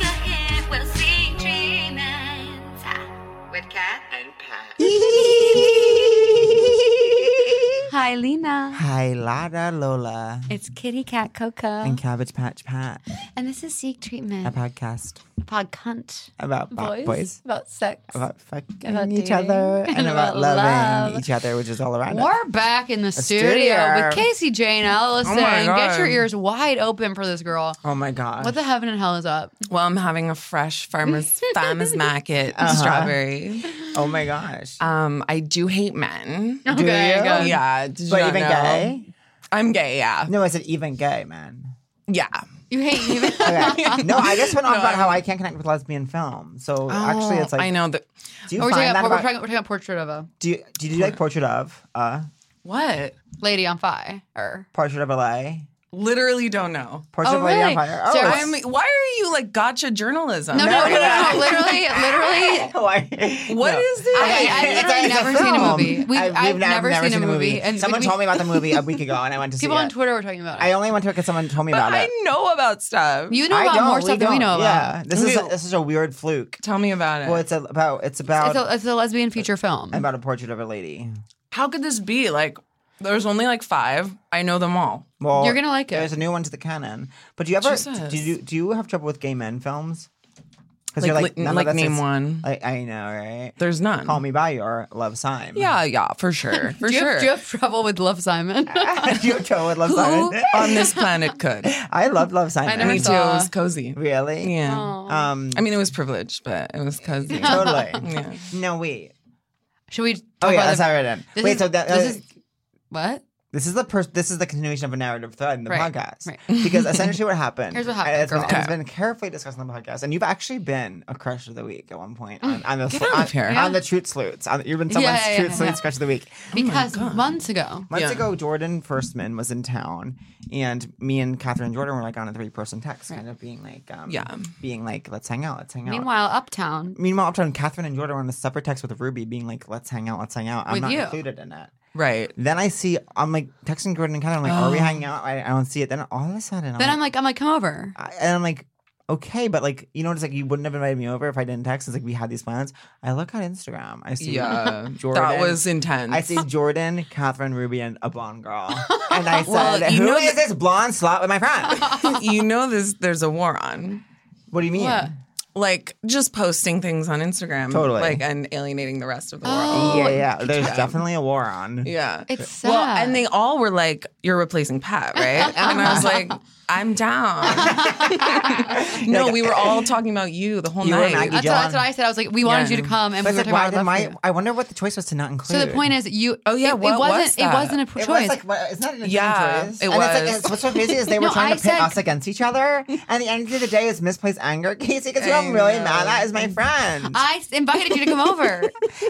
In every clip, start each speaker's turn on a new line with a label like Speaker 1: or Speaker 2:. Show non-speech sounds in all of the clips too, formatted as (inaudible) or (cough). Speaker 1: a hint. Well, seek treatment Ah, with Kat and Pat.
Speaker 2: (laughs)
Speaker 3: Hi, Lena.
Speaker 2: Hi, Lara Lola
Speaker 3: It's Kitty Cat Coco.
Speaker 2: and Cabbage Patch Pat,
Speaker 3: And this is Seek
Speaker 2: a
Speaker 3: Treatment.
Speaker 2: podcast
Speaker 3: Pod cunt.
Speaker 2: about boys, boys
Speaker 3: About sex.
Speaker 2: about fucking
Speaker 3: About
Speaker 2: each
Speaker 3: dating.
Speaker 2: other, (laughs) and,
Speaker 3: (laughs) And
Speaker 2: about,
Speaker 3: about
Speaker 2: loving
Speaker 3: love.
Speaker 2: each other, which is all around us.
Speaker 3: We're back in the studio,
Speaker 2: studio.
Speaker 3: with Casey Jane Ellison.
Speaker 2: Oh my God.
Speaker 3: Get your ears wide open for this girl.
Speaker 2: Oh my god!
Speaker 3: What the heaven and hell
Speaker 2: (laughs)
Speaker 3: is up?
Speaker 4: Well, I'm having a fresh farmer's farmer's market
Speaker 2: Uh-huh.
Speaker 4: strawberry.
Speaker 2: oh my gosh!
Speaker 4: Um, I do hate men.
Speaker 3: Okay,
Speaker 2: you?
Speaker 3: good.
Speaker 4: Yeah, did you
Speaker 2: but
Speaker 4: not
Speaker 2: even
Speaker 4: know?
Speaker 2: gay?
Speaker 4: I'm gay. Yeah,
Speaker 2: No, I said even gay, man.
Speaker 4: yeah.
Speaker 3: You hate even.
Speaker 2: Okay. no, I
Speaker 3: (laughs)
Speaker 2: just went on
Speaker 4: No,
Speaker 2: about
Speaker 4: I-
Speaker 2: how I can't connect with lesbian film.
Speaker 3: Oh,
Speaker 2: So actually, it's like
Speaker 4: I know that.
Speaker 2: Do you
Speaker 3: We're talking,
Speaker 2: find
Speaker 3: about,
Speaker 2: that
Speaker 3: we're,
Speaker 2: about-
Speaker 3: talking, we're talking about portrait of a
Speaker 2: do you, do you do like portrait of uh
Speaker 4: What?
Speaker 3: lady on fire.
Speaker 2: portrait of LA?
Speaker 4: Literally, don't know.
Speaker 2: Portrait
Speaker 3: Oh,
Speaker 2: of Lady
Speaker 3: really?
Speaker 2: on Fire. Oh,
Speaker 3: So
Speaker 2: it's-
Speaker 4: I'm. Why are you like gotcha journalism?
Speaker 3: No, no, no, no, no,
Speaker 2: no.
Speaker 3: Literally, literally.
Speaker 2: (laughs) Why-
Speaker 4: What
Speaker 2: No.
Speaker 4: is this?
Speaker 3: I- I've
Speaker 2: (laughs) It's
Speaker 3: literally
Speaker 2: a- it's a
Speaker 3: never seen a
Speaker 2: film.
Speaker 3: movie. We've- I've
Speaker 2: ne-
Speaker 3: never seen a movie, and
Speaker 2: Someone
Speaker 3: we-
Speaker 2: told me about the
Speaker 3: (laughs)
Speaker 2: movie a week ago, and I went to
Speaker 3: People
Speaker 2: see
Speaker 3: on
Speaker 2: it.
Speaker 3: Twitter were talking about it.
Speaker 2: I only went to it because someone told me
Speaker 4: but
Speaker 2: about
Speaker 4: (laughs) I
Speaker 2: it.
Speaker 4: know about stuff.
Speaker 3: you know
Speaker 2: I
Speaker 3: about
Speaker 2: don't,
Speaker 3: more stuff than we
Speaker 2: don't.
Speaker 3: know
Speaker 2: Yeah,
Speaker 3: about.
Speaker 2: this is a,
Speaker 4: Who-
Speaker 2: this is a weird fluke.
Speaker 4: Tell me about it.
Speaker 2: Well, it's a- about it's about
Speaker 3: It's a, it's a lesbian feature film.
Speaker 2: about a portrait of a lady.
Speaker 4: How could this be? Like, there's only like five. I know them all.
Speaker 2: Well,
Speaker 3: You're gonna like it.
Speaker 2: There's a new one to the canon. But do you ever
Speaker 4: Jesus.
Speaker 2: do you do you have trouble with gay men films? Because
Speaker 4: Like,
Speaker 2: none
Speaker 4: li-
Speaker 2: of
Speaker 4: like
Speaker 2: this
Speaker 4: name
Speaker 2: is-
Speaker 4: one.
Speaker 2: Like I know, right?
Speaker 4: There's none.
Speaker 2: Call me by your love Simon.
Speaker 4: Yeah, yeah, for sure, for
Speaker 3: do, you
Speaker 4: sure.
Speaker 3: have, do you have trouble with Love Simon?
Speaker 2: (laughs) do you have trouble with love
Speaker 4: Who
Speaker 2: (laughs) Simon?
Speaker 4: on this planet could?
Speaker 2: I love love Simon.
Speaker 3: never
Speaker 4: Me
Speaker 3: saw
Speaker 4: too. It was cozy.
Speaker 2: Really?
Speaker 4: Yeah.
Speaker 3: Oh.
Speaker 2: Um.
Speaker 4: I mean, it was privileged, but it was
Speaker 3: (laughs)
Speaker 4: cozy.
Speaker 2: totally.
Speaker 4: (laughs) Yeah.
Speaker 2: No wait.
Speaker 3: Should we? Talk
Speaker 2: Oh yeah,
Speaker 3: about
Speaker 2: that's
Speaker 3: the-
Speaker 2: how it ended.
Speaker 3: This
Speaker 2: Wait,
Speaker 3: is-
Speaker 2: so that,
Speaker 3: this
Speaker 2: uh,
Speaker 3: is what?
Speaker 2: This is the pers- this is the continuation of a narrative thread in the
Speaker 3: Right,
Speaker 2: podcast
Speaker 3: right.
Speaker 2: (laughs) because essentially
Speaker 3: (laughs)
Speaker 2: what happened.
Speaker 3: Here's what happened,
Speaker 2: and It's been,
Speaker 3: girl.
Speaker 2: and it's been carefully discussed on the podcast, and you've actually been a crush of the week at one point on, on the
Speaker 4: Get out
Speaker 2: on,
Speaker 4: of here.
Speaker 2: on the truth sleuths. On, you've been someone's
Speaker 3: Yeah, yeah,
Speaker 2: truth
Speaker 3: yeah,
Speaker 2: sleuths
Speaker 3: yeah.
Speaker 2: crush of the week.
Speaker 3: Because months ago,
Speaker 2: Months
Speaker 4: Yeah.
Speaker 2: ago, Jordan Firstman was in town, and me and Catherine Jordan were like on a three person text, kind of being like, um,
Speaker 4: Yeah.
Speaker 2: being like, let's hang out, let's hang out.
Speaker 3: meanwhile, Uptown.
Speaker 2: Meanwhile, I'm Catherine and Jordan were on a separate text with Ruby, being like, "Let's hang out, let's hang out." I'm
Speaker 3: With
Speaker 2: not
Speaker 3: you.
Speaker 2: included in it.
Speaker 4: Right.
Speaker 2: Then I see I'm like texting Jordan and Catherine, like, "Are we hanging out?" I, I don't see it. Then all of a sudden, I'm
Speaker 3: Oh. Then I'm
Speaker 2: like,
Speaker 3: like, I'm like, come over.
Speaker 2: I, and I'm like, okay, but like, you know, it's like you wouldn't have invited me over if I didn't text. It's like we had these plans. I look at Instagram. I see, (laughs)
Speaker 4: Yeah.
Speaker 2: Jordan.
Speaker 4: That was intense.
Speaker 2: I see Jordan, Catherine, Ruby, and a blonde
Speaker 3: (laughs)
Speaker 2: girl, and I said,
Speaker 4: Well, you
Speaker 2: "Who
Speaker 4: know
Speaker 2: is
Speaker 4: that-
Speaker 2: this blonde slut with my
Speaker 3: (laughs)
Speaker 2: friend?"
Speaker 4: (laughs) you know, this. There's a war on.
Speaker 2: what do you mean?
Speaker 3: What?
Speaker 4: Like just posting things on Instagram,
Speaker 2: Totally.
Speaker 4: Like and alienating the rest of the
Speaker 3: Oh.
Speaker 4: world.
Speaker 2: Yeah, yeah. There's definitely a war on.
Speaker 4: Yeah.
Speaker 3: It's sad.
Speaker 4: well, and they all were like, "You're replacing Pat, right?" And I
Speaker 3: (laughs)
Speaker 4: was like, "I'm down." (laughs) no, we were all talking about you the whole
Speaker 2: You were
Speaker 4: night.
Speaker 2: Maggie
Speaker 3: that's, what, that's
Speaker 2: John.
Speaker 3: what I said. I was like, we wanted
Speaker 4: Yeah.
Speaker 3: you to come, and
Speaker 2: But
Speaker 3: we
Speaker 2: it's
Speaker 3: were
Speaker 2: like,
Speaker 3: talking
Speaker 2: why
Speaker 3: about
Speaker 2: did my?
Speaker 3: love you.
Speaker 2: I wonder what the choice was to not include.
Speaker 3: So the point is, you.
Speaker 4: Oh, yeah,
Speaker 3: it, it
Speaker 4: what was
Speaker 3: wasn't. It
Speaker 4: that?
Speaker 3: wasn't a pro-
Speaker 2: It
Speaker 3: choice.
Speaker 2: was like well, it's not an
Speaker 4: Yeah,
Speaker 2: choice. and It's
Speaker 4: it was.
Speaker 2: like, it's, what's so crazy is they were
Speaker 3: (laughs) No,
Speaker 2: trying
Speaker 3: I
Speaker 2: to pit
Speaker 3: said-
Speaker 2: us against each
Speaker 3: (laughs)
Speaker 2: other, and at the end of the day, it's misplaced anger, (laughs) Casey. Because who I'm really mad at is my
Speaker 3: (laughs)
Speaker 2: friend. I,
Speaker 3: I s- invited you to
Speaker 2: (laughs)
Speaker 3: come over.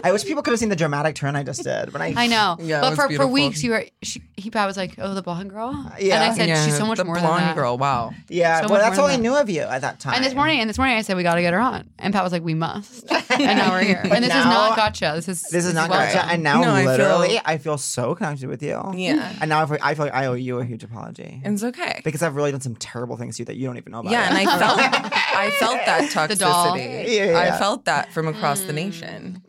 Speaker 2: wish people could have seen the dramatic turn I just did when I.
Speaker 3: I know,
Speaker 4: Yeah, it
Speaker 3: but
Speaker 4: was
Speaker 3: for, for
Speaker 4: beautiful.
Speaker 3: weeks you were. She, he Pat was like, "Oh, the blonde girl,"
Speaker 2: Yeah.
Speaker 3: and I said,
Speaker 4: Yeah,
Speaker 3: "She's so much
Speaker 4: the
Speaker 3: more
Speaker 4: blonde
Speaker 3: than that."
Speaker 4: girl. Wow.
Speaker 2: Yeah,
Speaker 3: So
Speaker 2: well,
Speaker 3: much
Speaker 2: that's
Speaker 3: more
Speaker 2: all I
Speaker 3: than
Speaker 2: knew of you at that time.
Speaker 3: And this morning, and this morning, I said we got to get her on, and Pat was like,
Speaker 2: (laughs)
Speaker 3: "We must," and now we're here. And this is
Speaker 2: now-
Speaker 3: not gotcha. This is
Speaker 2: This is not
Speaker 3: well
Speaker 2: gotcha,
Speaker 3: done.
Speaker 2: and now
Speaker 4: No, I feel-
Speaker 2: literally, I feel, so connected with you.
Speaker 4: Yeah.
Speaker 2: and now I feel, I feel like I owe you a huge apology
Speaker 4: It's okay.
Speaker 2: because I've really done some terrible things to you that you don't even know about.
Speaker 4: Yeah, and
Speaker 2: yet.
Speaker 4: I felt I felt
Speaker 2: (laughs)
Speaker 4: that
Speaker 3: The doll.
Speaker 4: toxicity.
Speaker 2: Yeah, yeah, Mm. yeah.
Speaker 4: I felt that from across the nation.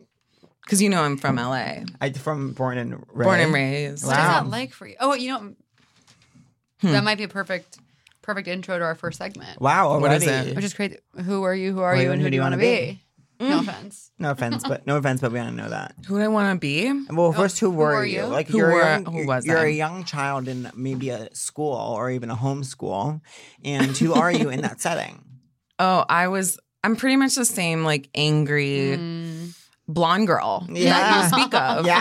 Speaker 4: Cause you know I'm from LA.
Speaker 2: (laughs) I from born and raised.
Speaker 4: Born and raised.
Speaker 3: What is
Speaker 2: Wow.
Speaker 3: that like for you? Oh, you know, that might be a perfect, perfect intro to our first segment,
Speaker 2: Wow,
Speaker 4: Hmm. What is
Speaker 2: already.
Speaker 4: it?
Speaker 3: which is crazy. Who are you? Who are you? And who do you want to be? No
Speaker 2: Mm.
Speaker 3: offense.
Speaker 2: No
Speaker 3: (laughs)
Speaker 2: offense, but no offense, but we don't know that.
Speaker 4: Who do I wanna be?
Speaker 2: Well, first, who were
Speaker 3: were
Speaker 2: you?
Speaker 3: you?
Speaker 2: Like
Speaker 4: Who
Speaker 2: you're,
Speaker 4: were-
Speaker 2: a young,
Speaker 4: who was
Speaker 2: you're
Speaker 4: I?
Speaker 2: a young child in maybe a school or even a homeschool, and who are you in that setting?
Speaker 4: Oh, I was I'm pretty much the same, like angry, blonde girl that
Speaker 2: Mm. Yeah.
Speaker 4: you speak
Speaker 2: (laughs)
Speaker 4: of.
Speaker 2: Yeah.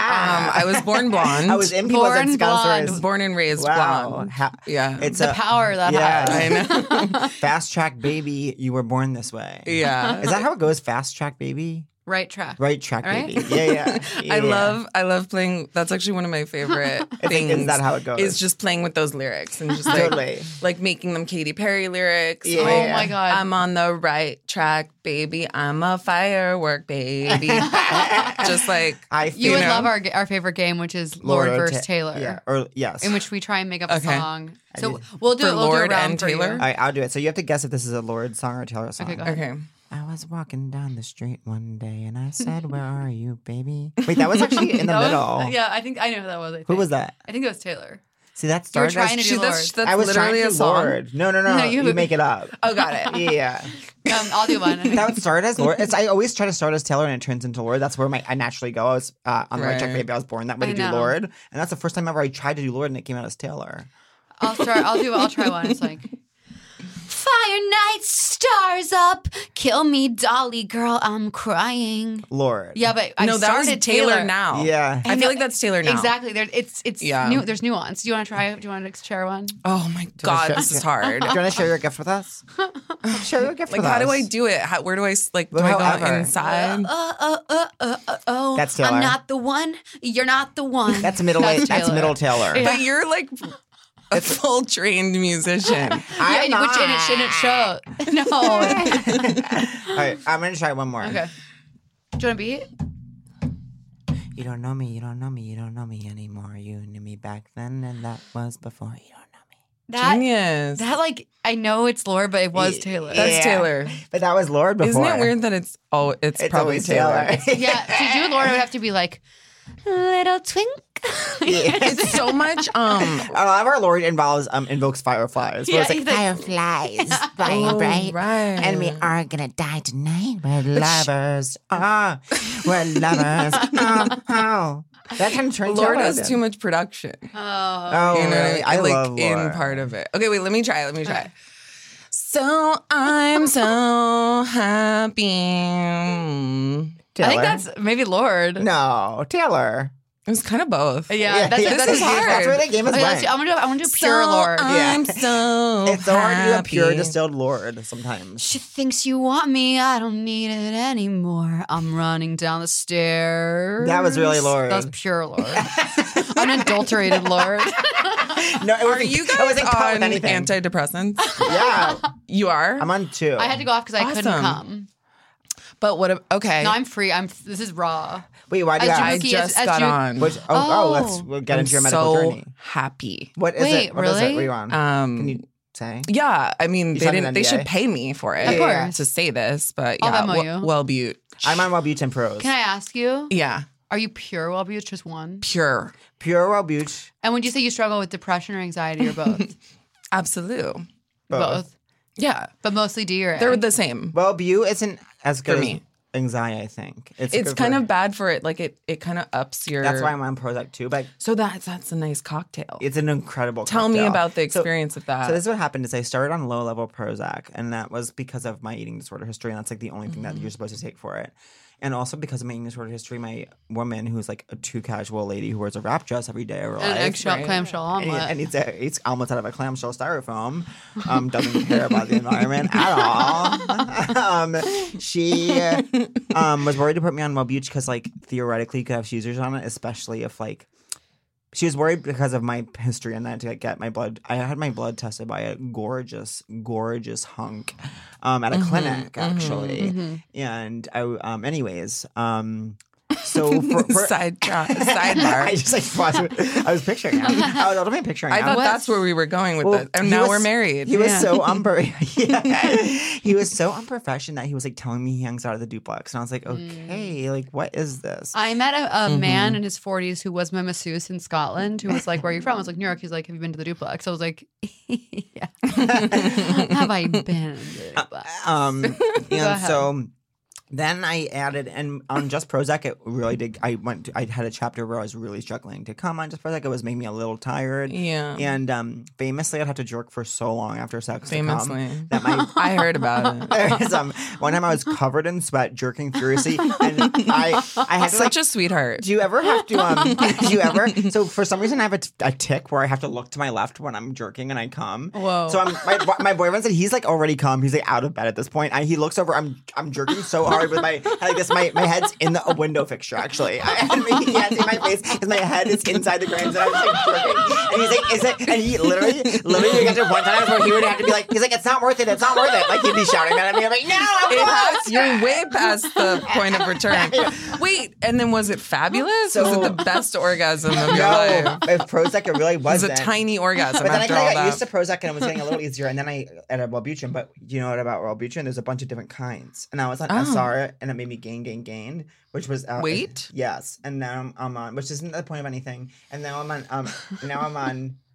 Speaker 4: Um, I was born blonde.
Speaker 2: (laughs) I was in people's
Speaker 3: Born
Speaker 4: I was
Speaker 2: sponsors.
Speaker 4: born and raised
Speaker 2: Wow.
Speaker 4: blonde.
Speaker 2: Ha-
Speaker 4: Yeah.
Speaker 2: It's
Speaker 3: the
Speaker 2: a
Speaker 3: power that
Speaker 2: yeah.
Speaker 3: has.
Speaker 4: I
Speaker 2: (laughs)
Speaker 4: know.
Speaker 2: fast track baby. You were born this way. (laughs)
Speaker 4: yeah.
Speaker 2: Is that how it goes? Fast track baby?
Speaker 3: Right track.
Speaker 2: Right track
Speaker 3: Right?
Speaker 2: baby. Yeah, yeah.
Speaker 4: I
Speaker 2: Yeah.
Speaker 4: love I love playing that's actually one of my favorite
Speaker 2: It's like,
Speaker 4: things.
Speaker 2: (laughs) is that how it goes?
Speaker 4: is just playing with those lyrics and just like,
Speaker 2: (laughs) totally.
Speaker 4: like making them Katy Perry lyrics.
Speaker 2: Yeah.
Speaker 4: Like,
Speaker 3: Oh my god.
Speaker 4: I'm on the right track, baby. I'm a firework,
Speaker 3: (laughs)
Speaker 4: baby. just like
Speaker 2: I
Speaker 3: you,
Speaker 2: feel-
Speaker 3: would
Speaker 4: know?
Speaker 3: love our our favorite game, which is Lord
Speaker 2: Laura
Speaker 3: versus
Speaker 2: Ta-
Speaker 3: Taylor,
Speaker 2: Yeah. Or yes.
Speaker 3: in which we try and make up a
Speaker 4: Okay.
Speaker 3: song.
Speaker 2: I
Speaker 3: So
Speaker 2: did.
Speaker 3: we'll do
Speaker 4: For
Speaker 3: it. We'll
Speaker 4: Lord
Speaker 3: do a round
Speaker 4: and
Speaker 3: for you.
Speaker 4: Taylor?
Speaker 2: All right, I'll do it. So you have to guess if this is a Lord song or a Taylor song.
Speaker 3: Okay, go ahead.
Speaker 4: okay.
Speaker 2: I was walking down the street one day and I said, "Where are you, baby?" Wait, that was actually in the
Speaker 3: That was- uh,
Speaker 2: middle.
Speaker 3: yeah, I think I know who that was. I think.
Speaker 2: Who was that?
Speaker 3: I think it was Taylor.
Speaker 2: See, that
Speaker 3: You were
Speaker 2: started.
Speaker 3: trying
Speaker 2: as-
Speaker 3: to
Speaker 4: She-
Speaker 3: do
Speaker 4: that's
Speaker 3: Lord.
Speaker 4: that's
Speaker 2: I was
Speaker 4: literally
Speaker 2: trying
Speaker 4: a
Speaker 2: to do
Speaker 4: song.
Speaker 2: Lord. No, no, no.
Speaker 3: No,
Speaker 2: you,
Speaker 3: you-
Speaker 2: make it up.
Speaker 4: Oh, got
Speaker 2: (laughs)
Speaker 4: it.
Speaker 2: yeah.
Speaker 3: Um, I'll do one.
Speaker 2: (laughs) That would start as Lord. It's, I always try to start as Taylor and it turns into Lord. That's where my I naturally go. I was uh, on the right track,
Speaker 4: Right.
Speaker 2: baby. I was born that way
Speaker 3: I
Speaker 2: to do
Speaker 3: know.
Speaker 2: Lord. And that's the first time ever I tried to do Lord and it came out as Taylor.
Speaker 3: I'll start. I'll do. I'll try one. It's like
Speaker 1: Fire night, stars up. Kill me, Dolly girl, I'm crying.
Speaker 2: Lord.
Speaker 3: yeah, but I
Speaker 4: no, that was
Speaker 3: started
Speaker 4: Taylor, now.
Speaker 2: Yeah.
Speaker 4: I, feel like that's Taylor now.
Speaker 3: Exactly. There, it's it's
Speaker 4: Yeah.
Speaker 3: new. There's nuance. Do you want to try? Do you want to share one?
Speaker 4: Oh my god,
Speaker 2: show-
Speaker 4: this
Speaker 3: (laughs)
Speaker 4: is
Speaker 2: (laughs)
Speaker 4: hard.
Speaker 2: Do you want to share your gift with us? share your gift
Speaker 4: like,
Speaker 2: with us.
Speaker 4: how do I do it? How, where do I s- like? Do
Speaker 2: Well,
Speaker 4: I go
Speaker 2: however.
Speaker 4: inside?
Speaker 1: Uh, uh, uh, uh, uh, oh.
Speaker 2: That's Taylor.
Speaker 1: I'm not the one. You're not the one.
Speaker 2: That's middle.
Speaker 3: That's
Speaker 2: That's, that's
Speaker 3: Taylor.
Speaker 2: middle Taylor.
Speaker 4: (laughs) But you're like a full trained musician.
Speaker 3: yeah,
Speaker 2: I'm
Speaker 3: and which in it shouldn't show.
Speaker 2: (laughs)
Speaker 3: No.
Speaker 2: All right, I'm gonna try one more. (laughs)
Speaker 3: okay. Do you want to beat?
Speaker 2: You don't know me. You don't know me. You don't know me anymore. You knew me back then, and that was before. You don't know me.
Speaker 3: (laughs) That
Speaker 4: Genius.
Speaker 3: that like I know it's Lord, but it was
Speaker 2: Yeah.
Speaker 3: Taylor.
Speaker 4: That's
Speaker 2: Yeah.
Speaker 4: Taylor.
Speaker 2: But that was Lord before.
Speaker 4: Isn't it weird that it's oh it's,
Speaker 2: It's
Speaker 4: probably
Speaker 2: always Taylor. (laughs)
Speaker 4: Taylor.
Speaker 3: Yeah, (laughs) to do Lord, I would have to be like,
Speaker 1: Little twink.
Speaker 2: (laughs)
Speaker 4: it's so much um
Speaker 2: A lot of our Lord involves um invokes fireflies. Where
Speaker 3: Yeah,
Speaker 2: it's like
Speaker 3: he's like- (laughs)
Speaker 2: fireflies flying
Speaker 4: oh,
Speaker 2: bright,
Speaker 4: right.
Speaker 2: and we are gonna die tonight. We're lovers. Ah, we're
Speaker 3: (laughs)
Speaker 2: lovers. oh, oh. That kind of turns
Speaker 4: Lord
Speaker 2: out
Speaker 4: has
Speaker 2: then.
Speaker 4: too much production.
Speaker 3: oh,
Speaker 2: Oh,
Speaker 4: you know, what I
Speaker 2: really?
Speaker 4: mean?
Speaker 2: I,
Speaker 4: like
Speaker 2: love
Speaker 4: in
Speaker 2: Lord.
Speaker 4: part of it. Okay, wait, let me try. Let me try. So I'm so happy.
Speaker 2: Taylor.
Speaker 3: I think that's maybe Lord.
Speaker 2: no Taylor.
Speaker 4: It was kind of both.
Speaker 3: Yeah, that's,
Speaker 4: yeah,
Speaker 3: that's
Speaker 4: this is
Speaker 3: easy.
Speaker 4: hard.
Speaker 2: That's where the game is
Speaker 3: Okay,
Speaker 2: went.
Speaker 3: let's do, I'm gonna do. I'm gonna do pure
Speaker 4: so
Speaker 3: Lord.
Speaker 4: I'm
Speaker 2: Yeah.
Speaker 4: so
Speaker 2: (laughs) It's so hard to do a pure
Speaker 4: happy.
Speaker 2: distilled lord
Speaker 4: (laughs)
Speaker 2: sometimes.
Speaker 1: She thinks you want me. I don't need it anymore.
Speaker 3: I'm running down the stairs.
Speaker 2: That was really lord.
Speaker 3: That's pure Lord. (laughs) Unadulterated Lord.
Speaker 2: no, it
Speaker 4: Are
Speaker 2: wasn't,
Speaker 4: you
Speaker 2: it wasn't
Speaker 4: guys
Speaker 2: caught with
Speaker 4: on
Speaker 2: anything.
Speaker 4: antidepressants?
Speaker 2: (laughs) yeah,
Speaker 4: you are.
Speaker 2: I'm on two.
Speaker 3: I had to go off because I couldn't
Speaker 4: Awesome.
Speaker 3: come.
Speaker 4: but what? ab- Okay.
Speaker 3: No, I'm free. I'm. This is raw.
Speaker 2: Wait, why do you
Speaker 3: As
Speaker 4: I
Speaker 2: have?
Speaker 3: Yuki,
Speaker 4: just
Speaker 3: as- as
Speaker 4: got
Speaker 3: you-
Speaker 4: on.
Speaker 2: Which, oh, oh, let's
Speaker 3: Oh.
Speaker 2: we'll get
Speaker 4: I'm
Speaker 2: into your medical
Speaker 4: so
Speaker 2: journey.
Speaker 4: happy.
Speaker 2: What is
Speaker 3: Wait,
Speaker 2: it? What is it?
Speaker 3: really?
Speaker 2: What are you on?
Speaker 4: Um,
Speaker 2: Can you say?
Speaker 4: yeah, I mean, they
Speaker 2: signed an
Speaker 4: didn't. They
Speaker 2: NDA?
Speaker 4: should pay me for it.
Speaker 2: Of
Speaker 3: course.
Speaker 4: to say this, but
Speaker 3: I'll
Speaker 4: yeah,
Speaker 3: Venmo
Speaker 4: well,
Speaker 3: you.
Speaker 4: well, Butte.
Speaker 2: I'm on Wellbutrin Pros.
Speaker 3: Can I ask you?
Speaker 4: Yeah,
Speaker 3: Are you pure Wellbutrin? Just one.
Speaker 4: pure,
Speaker 2: Pure Wellbutrin.
Speaker 3: And would you say you struggle with depression or anxiety or both? both.
Speaker 4: absolute.
Speaker 2: (laughs) Both.
Speaker 4: Yeah,
Speaker 3: But mostly D or A.
Speaker 4: they're the same.
Speaker 2: Wellbutrin isn't as good
Speaker 4: For
Speaker 2: as
Speaker 4: me.
Speaker 2: anxiety. I think it's
Speaker 4: It's
Speaker 2: good
Speaker 4: kind
Speaker 2: for-
Speaker 4: of bad for it. Like it, it kind of ups your.
Speaker 2: That's why I'm on Prozac too. But
Speaker 4: so that that's a nice cocktail.
Speaker 2: it's an incredible.
Speaker 4: Tell me
Speaker 2: cocktail.
Speaker 4: about the
Speaker 2: So-
Speaker 4: experience of that.
Speaker 2: So this is what happened is I started on low level Prozac, and that was because of my eating disorder history, and that's like the only thing that you're supposed to take for it. And also because of my eating disorder history, my woman who's like a too casual lady who wears a wrap dress every day of her
Speaker 3: an
Speaker 2: life.
Speaker 3: eggshell
Speaker 4: right?
Speaker 3: clamshell
Speaker 2: and,
Speaker 3: omelet.
Speaker 2: and eats, a, eats omelets out of a clamshell styrofoam. Um, doesn't care about the environment at all. (laughs) um, she um, was worried to put me on Wellbutrin because, like, theoretically, you could have seizures on it, especially if, like, she was worried because of my history and that to like, get my blood. I had my blood tested by a gorgeous, gorgeous hunk um, at a clinic, actually. And I, um, anyways, um, so for, for
Speaker 4: (laughs) Side
Speaker 2: (laughs)
Speaker 4: tra-
Speaker 2: I
Speaker 4: sidebar.
Speaker 2: just like watched it. I was picturing him. I was automating picturing
Speaker 4: I
Speaker 2: him.
Speaker 4: thought that's where we were going with
Speaker 2: Well,
Speaker 4: this, and
Speaker 2: he
Speaker 4: now
Speaker 2: was-
Speaker 4: we're married.
Speaker 2: He was
Speaker 3: Yeah.
Speaker 4: (laughs)
Speaker 2: so unper- (laughs) yeah. he was so unprofessional that he was like telling me he hangs out of the duplex, and I was like,
Speaker 4: Mm.
Speaker 2: okay, like what is this?
Speaker 3: I met a,
Speaker 2: Mm-hmm.
Speaker 3: a man in his 40s who was my masseuse in Scotland who was like, Where are you from? I was like, New York. He's like, Have you been to the duplex? I was like, (laughs)
Speaker 2: (laughs)
Speaker 3: Yeah.
Speaker 2: Uh,
Speaker 3: Have I been to the
Speaker 2: (laughs)
Speaker 3: duplex?
Speaker 4: (laughs)
Speaker 2: Um, and
Speaker 3: ahead.
Speaker 2: so Then I added, and on Just Prozac, it really did. I went, to, I had a chapter where I was really struggling to come on Just Prozac. It was making me a little tired.
Speaker 4: Yeah.
Speaker 2: And um, famously, I'd have to jerk for so long after sex.
Speaker 4: Famously.
Speaker 2: To come that my
Speaker 4: (laughs) I heard
Speaker 2: (laughs)
Speaker 4: about it.
Speaker 2: there is, um, one time I was covered in sweat, jerking furiously, and I I had to, like
Speaker 4: Such a sweetheart.
Speaker 2: do you ever have to?
Speaker 4: (laughs)
Speaker 2: Um, do you ever? So for some reason, I have a, t- a tick where I have to look to my left when I'm jerking and I come.
Speaker 3: Whoa.
Speaker 2: So I'm my, bo- my boyfriend said he's like already come. He's like out of bed at this point. I, he looks over. I'm I'm jerking so hard with my like this. My, my head's in the a window fixture actually. I, and he can't see my face because my head is inside the frames and I'm just like jerking. And he's like, is it? And he literally literally got to one time where he would have to be like, he's like, it's not worth it. It's not worth it. Like he'd be shouting that at me. I'm like, no, I'm
Speaker 4: It
Speaker 2: not.
Speaker 4: has- you're way past the point of return. Wait, and then was it fabulous? was
Speaker 2: So-
Speaker 4: it the best orgasm of your
Speaker 2: No,
Speaker 4: life?
Speaker 2: if Prozac, it really
Speaker 4: It was
Speaker 2: wasn't.
Speaker 4: a tiny orgasm
Speaker 2: But then I
Speaker 4: after
Speaker 2: kind
Speaker 4: all
Speaker 2: of got
Speaker 4: that.
Speaker 2: used to Prozac and it was getting a
Speaker 4: (laughs)
Speaker 2: little easier. And then I added Wellbutrin. But you know what about Wellbutrin? There's a bunch of different kinds. And I was on
Speaker 4: Oh.
Speaker 2: SR and it made me gain, gain, gain, which was uh,
Speaker 4: Wait?
Speaker 2: Yes. And now I'm, I'm on, which isn't the point of anything. And now I'm on. Um, now I'm on. (laughs)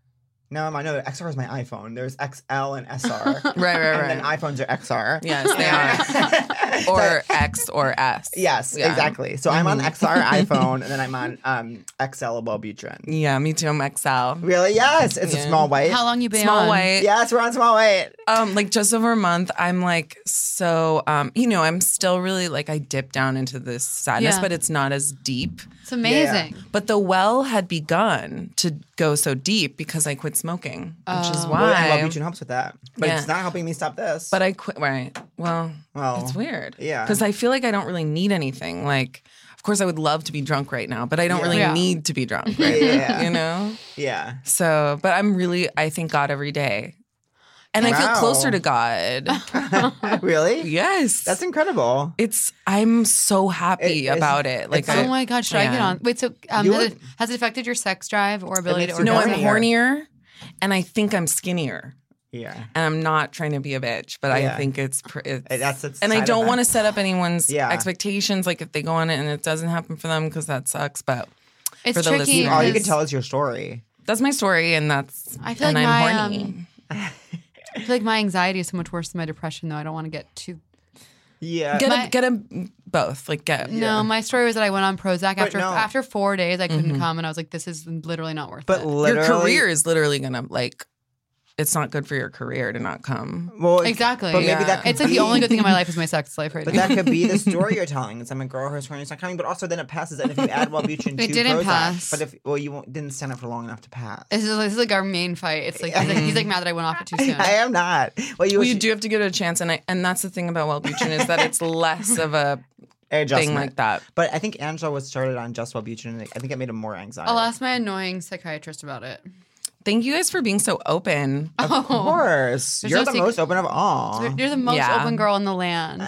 Speaker 2: Now I'm on. No, XR is my iPhone. There's XL and SR.
Speaker 4: (laughs) right,
Speaker 2: And
Speaker 4: right,
Speaker 2: then
Speaker 4: right.
Speaker 2: iPhones are XR. (laughs)
Speaker 4: Yes, they are.
Speaker 2: So- (laughs)
Speaker 4: Or X or S.
Speaker 2: yes,
Speaker 4: Yeah.
Speaker 2: exactly. So I'm on
Speaker 4: (laughs)
Speaker 2: XR iPhone, and then I'm on um, XL Wellbutrin.
Speaker 4: Yeah, me too. I'm XL.
Speaker 2: Really? Yes, it's a
Speaker 4: Yeah.
Speaker 2: uh, small white.
Speaker 3: How long you been
Speaker 4: Small
Speaker 3: on?
Speaker 4: white.
Speaker 2: Yes, we're on small weight.
Speaker 4: Um, like just over a month, I'm like so um, you know, I'm still really like I dip down into this sadness,
Speaker 3: Yeah.
Speaker 4: but it's not as deep.
Speaker 3: It's amazing.
Speaker 4: But the well had begun to go so deep because I quit smoking, which is
Speaker 3: Oh.
Speaker 2: Well, I
Speaker 4: why.
Speaker 2: love Beeching helps with that, but
Speaker 4: Yeah.
Speaker 2: it's not helping me stop this.
Speaker 4: But I quit. Right. Well,
Speaker 2: well,
Speaker 4: it's weird.
Speaker 2: yeah.
Speaker 4: Because I feel like I don't really need anything. Like, of course, I would love to be drunk right now, but I don't
Speaker 2: Yeah.
Speaker 4: really
Speaker 3: Yeah.
Speaker 4: need to be drunk right now.
Speaker 2: (laughs) Yeah.
Speaker 4: You know. (laughs)
Speaker 2: Yeah, (laughs)
Speaker 4: So, but I'm really. I thank God every day, and I feel
Speaker 2: Wow.
Speaker 4: closer
Speaker 2: (laughs)
Speaker 4: to God.
Speaker 2: really?
Speaker 4: yes.
Speaker 2: That's incredible.
Speaker 4: it's. I'm so
Speaker 2: It-
Speaker 4: happy
Speaker 2: it's-
Speaker 4: about it. Like.
Speaker 2: it's-
Speaker 4: I,
Speaker 3: Oh my god, should I get
Speaker 4: Yeah.
Speaker 3: on? Wait, so um,
Speaker 2: You
Speaker 3: has,
Speaker 2: would-
Speaker 3: it, has it affected your sex drive or ability to
Speaker 2: makes you
Speaker 4: no, I'm
Speaker 3: orgasm?
Speaker 2: horny.
Speaker 4: hornier, and I think I'm skinnier.
Speaker 2: Yeah,
Speaker 4: and I'm not trying to be a bitch, but I
Speaker 2: Yeah.
Speaker 4: think it's, pr- it's
Speaker 2: It- that's its
Speaker 4: and I
Speaker 2: side
Speaker 4: don't want to
Speaker 2: effect.
Speaker 4: set up anyone's
Speaker 2: Yeah.
Speaker 4: expectations. Like if they go on it and it doesn't happen for them, because that sucks. But
Speaker 3: It's
Speaker 4: for the
Speaker 3: tricky.
Speaker 4: listener.
Speaker 2: all you
Speaker 3: because
Speaker 2: can tell is your story.
Speaker 4: that's my story, and that's
Speaker 3: I feel
Speaker 4: and
Speaker 3: like
Speaker 4: I'm
Speaker 3: my,
Speaker 4: horny.
Speaker 3: um, I feel like my anxiety is so much worse than my depression, though. I don't want to get too.
Speaker 2: Yeah,
Speaker 4: get
Speaker 3: my-
Speaker 4: a, get a both, like get
Speaker 3: No, my story was that I went on Prozac after
Speaker 2: no.
Speaker 3: after four days. I
Speaker 2: Mm-hmm.
Speaker 3: couldn't come, and I was like, "This is literally not worth
Speaker 2: but
Speaker 3: it."
Speaker 2: literally,
Speaker 4: your career is literally gonna like. It's not good for your career to not come.
Speaker 2: Well, it-
Speaker 3: exactly.
Speaker 2: But maybe
Speaker 4: Yeah.
Speaker 2: that could
Speaker 3: it's like
Speaker 2: be-
Speaker 3: the only good thing in my life is my sex life right
Speaker 2: But
Speaker 3: now.
Speaker 2: that could be the story you're telling. It's I'm a girl who's horny, it's not coming. But also, then it passes. And if you add Wellbutrin,
Speaker 3: (laughs) It
Speaker 2: to
Speaker 3: didn't
Speaker 2: Prozac,
Speaker 3: pass.
Speaker 2: But if well, you won't, didn't stand up for long enough to pass.
Speaker 3: (laughs)
Speaker 2: (laughs)
Speaker 3: This is, this is like our main fight. It's like he's, like he's like mad that I went off it too soon.
Speaker 2: I am not. Well, you,
Speaker 4: Well, you do have to give it a chance, and I, and that's the thing about Wellbutrin is that
Speaker 3: (laughs)
Speaker 4: it's less of a
Speaker 2: adjustment.
Speaker 4: thing like that.
Speaker 2: But I think Angela was started on just Wellbutrin. and I think it made him more anxiety.
Speaker 3: I'll ask my annoying psychiatrist about it.
Speaker 4: Thank you guys for being so open.
Speaker 3: Uh-huh.
Speaker 2: Of course,
Speaker 3: There's
Speaker 2: you're
Speaker 3: no
Speaker 2: the
Speaker 3: secret-
Speaker 2: most open of all.
Speaker 3: You're the most
Speaker 4: Yeah.
Speaker 3: open girl in
Speaker 2: (laughs)
Speaker 3: the land.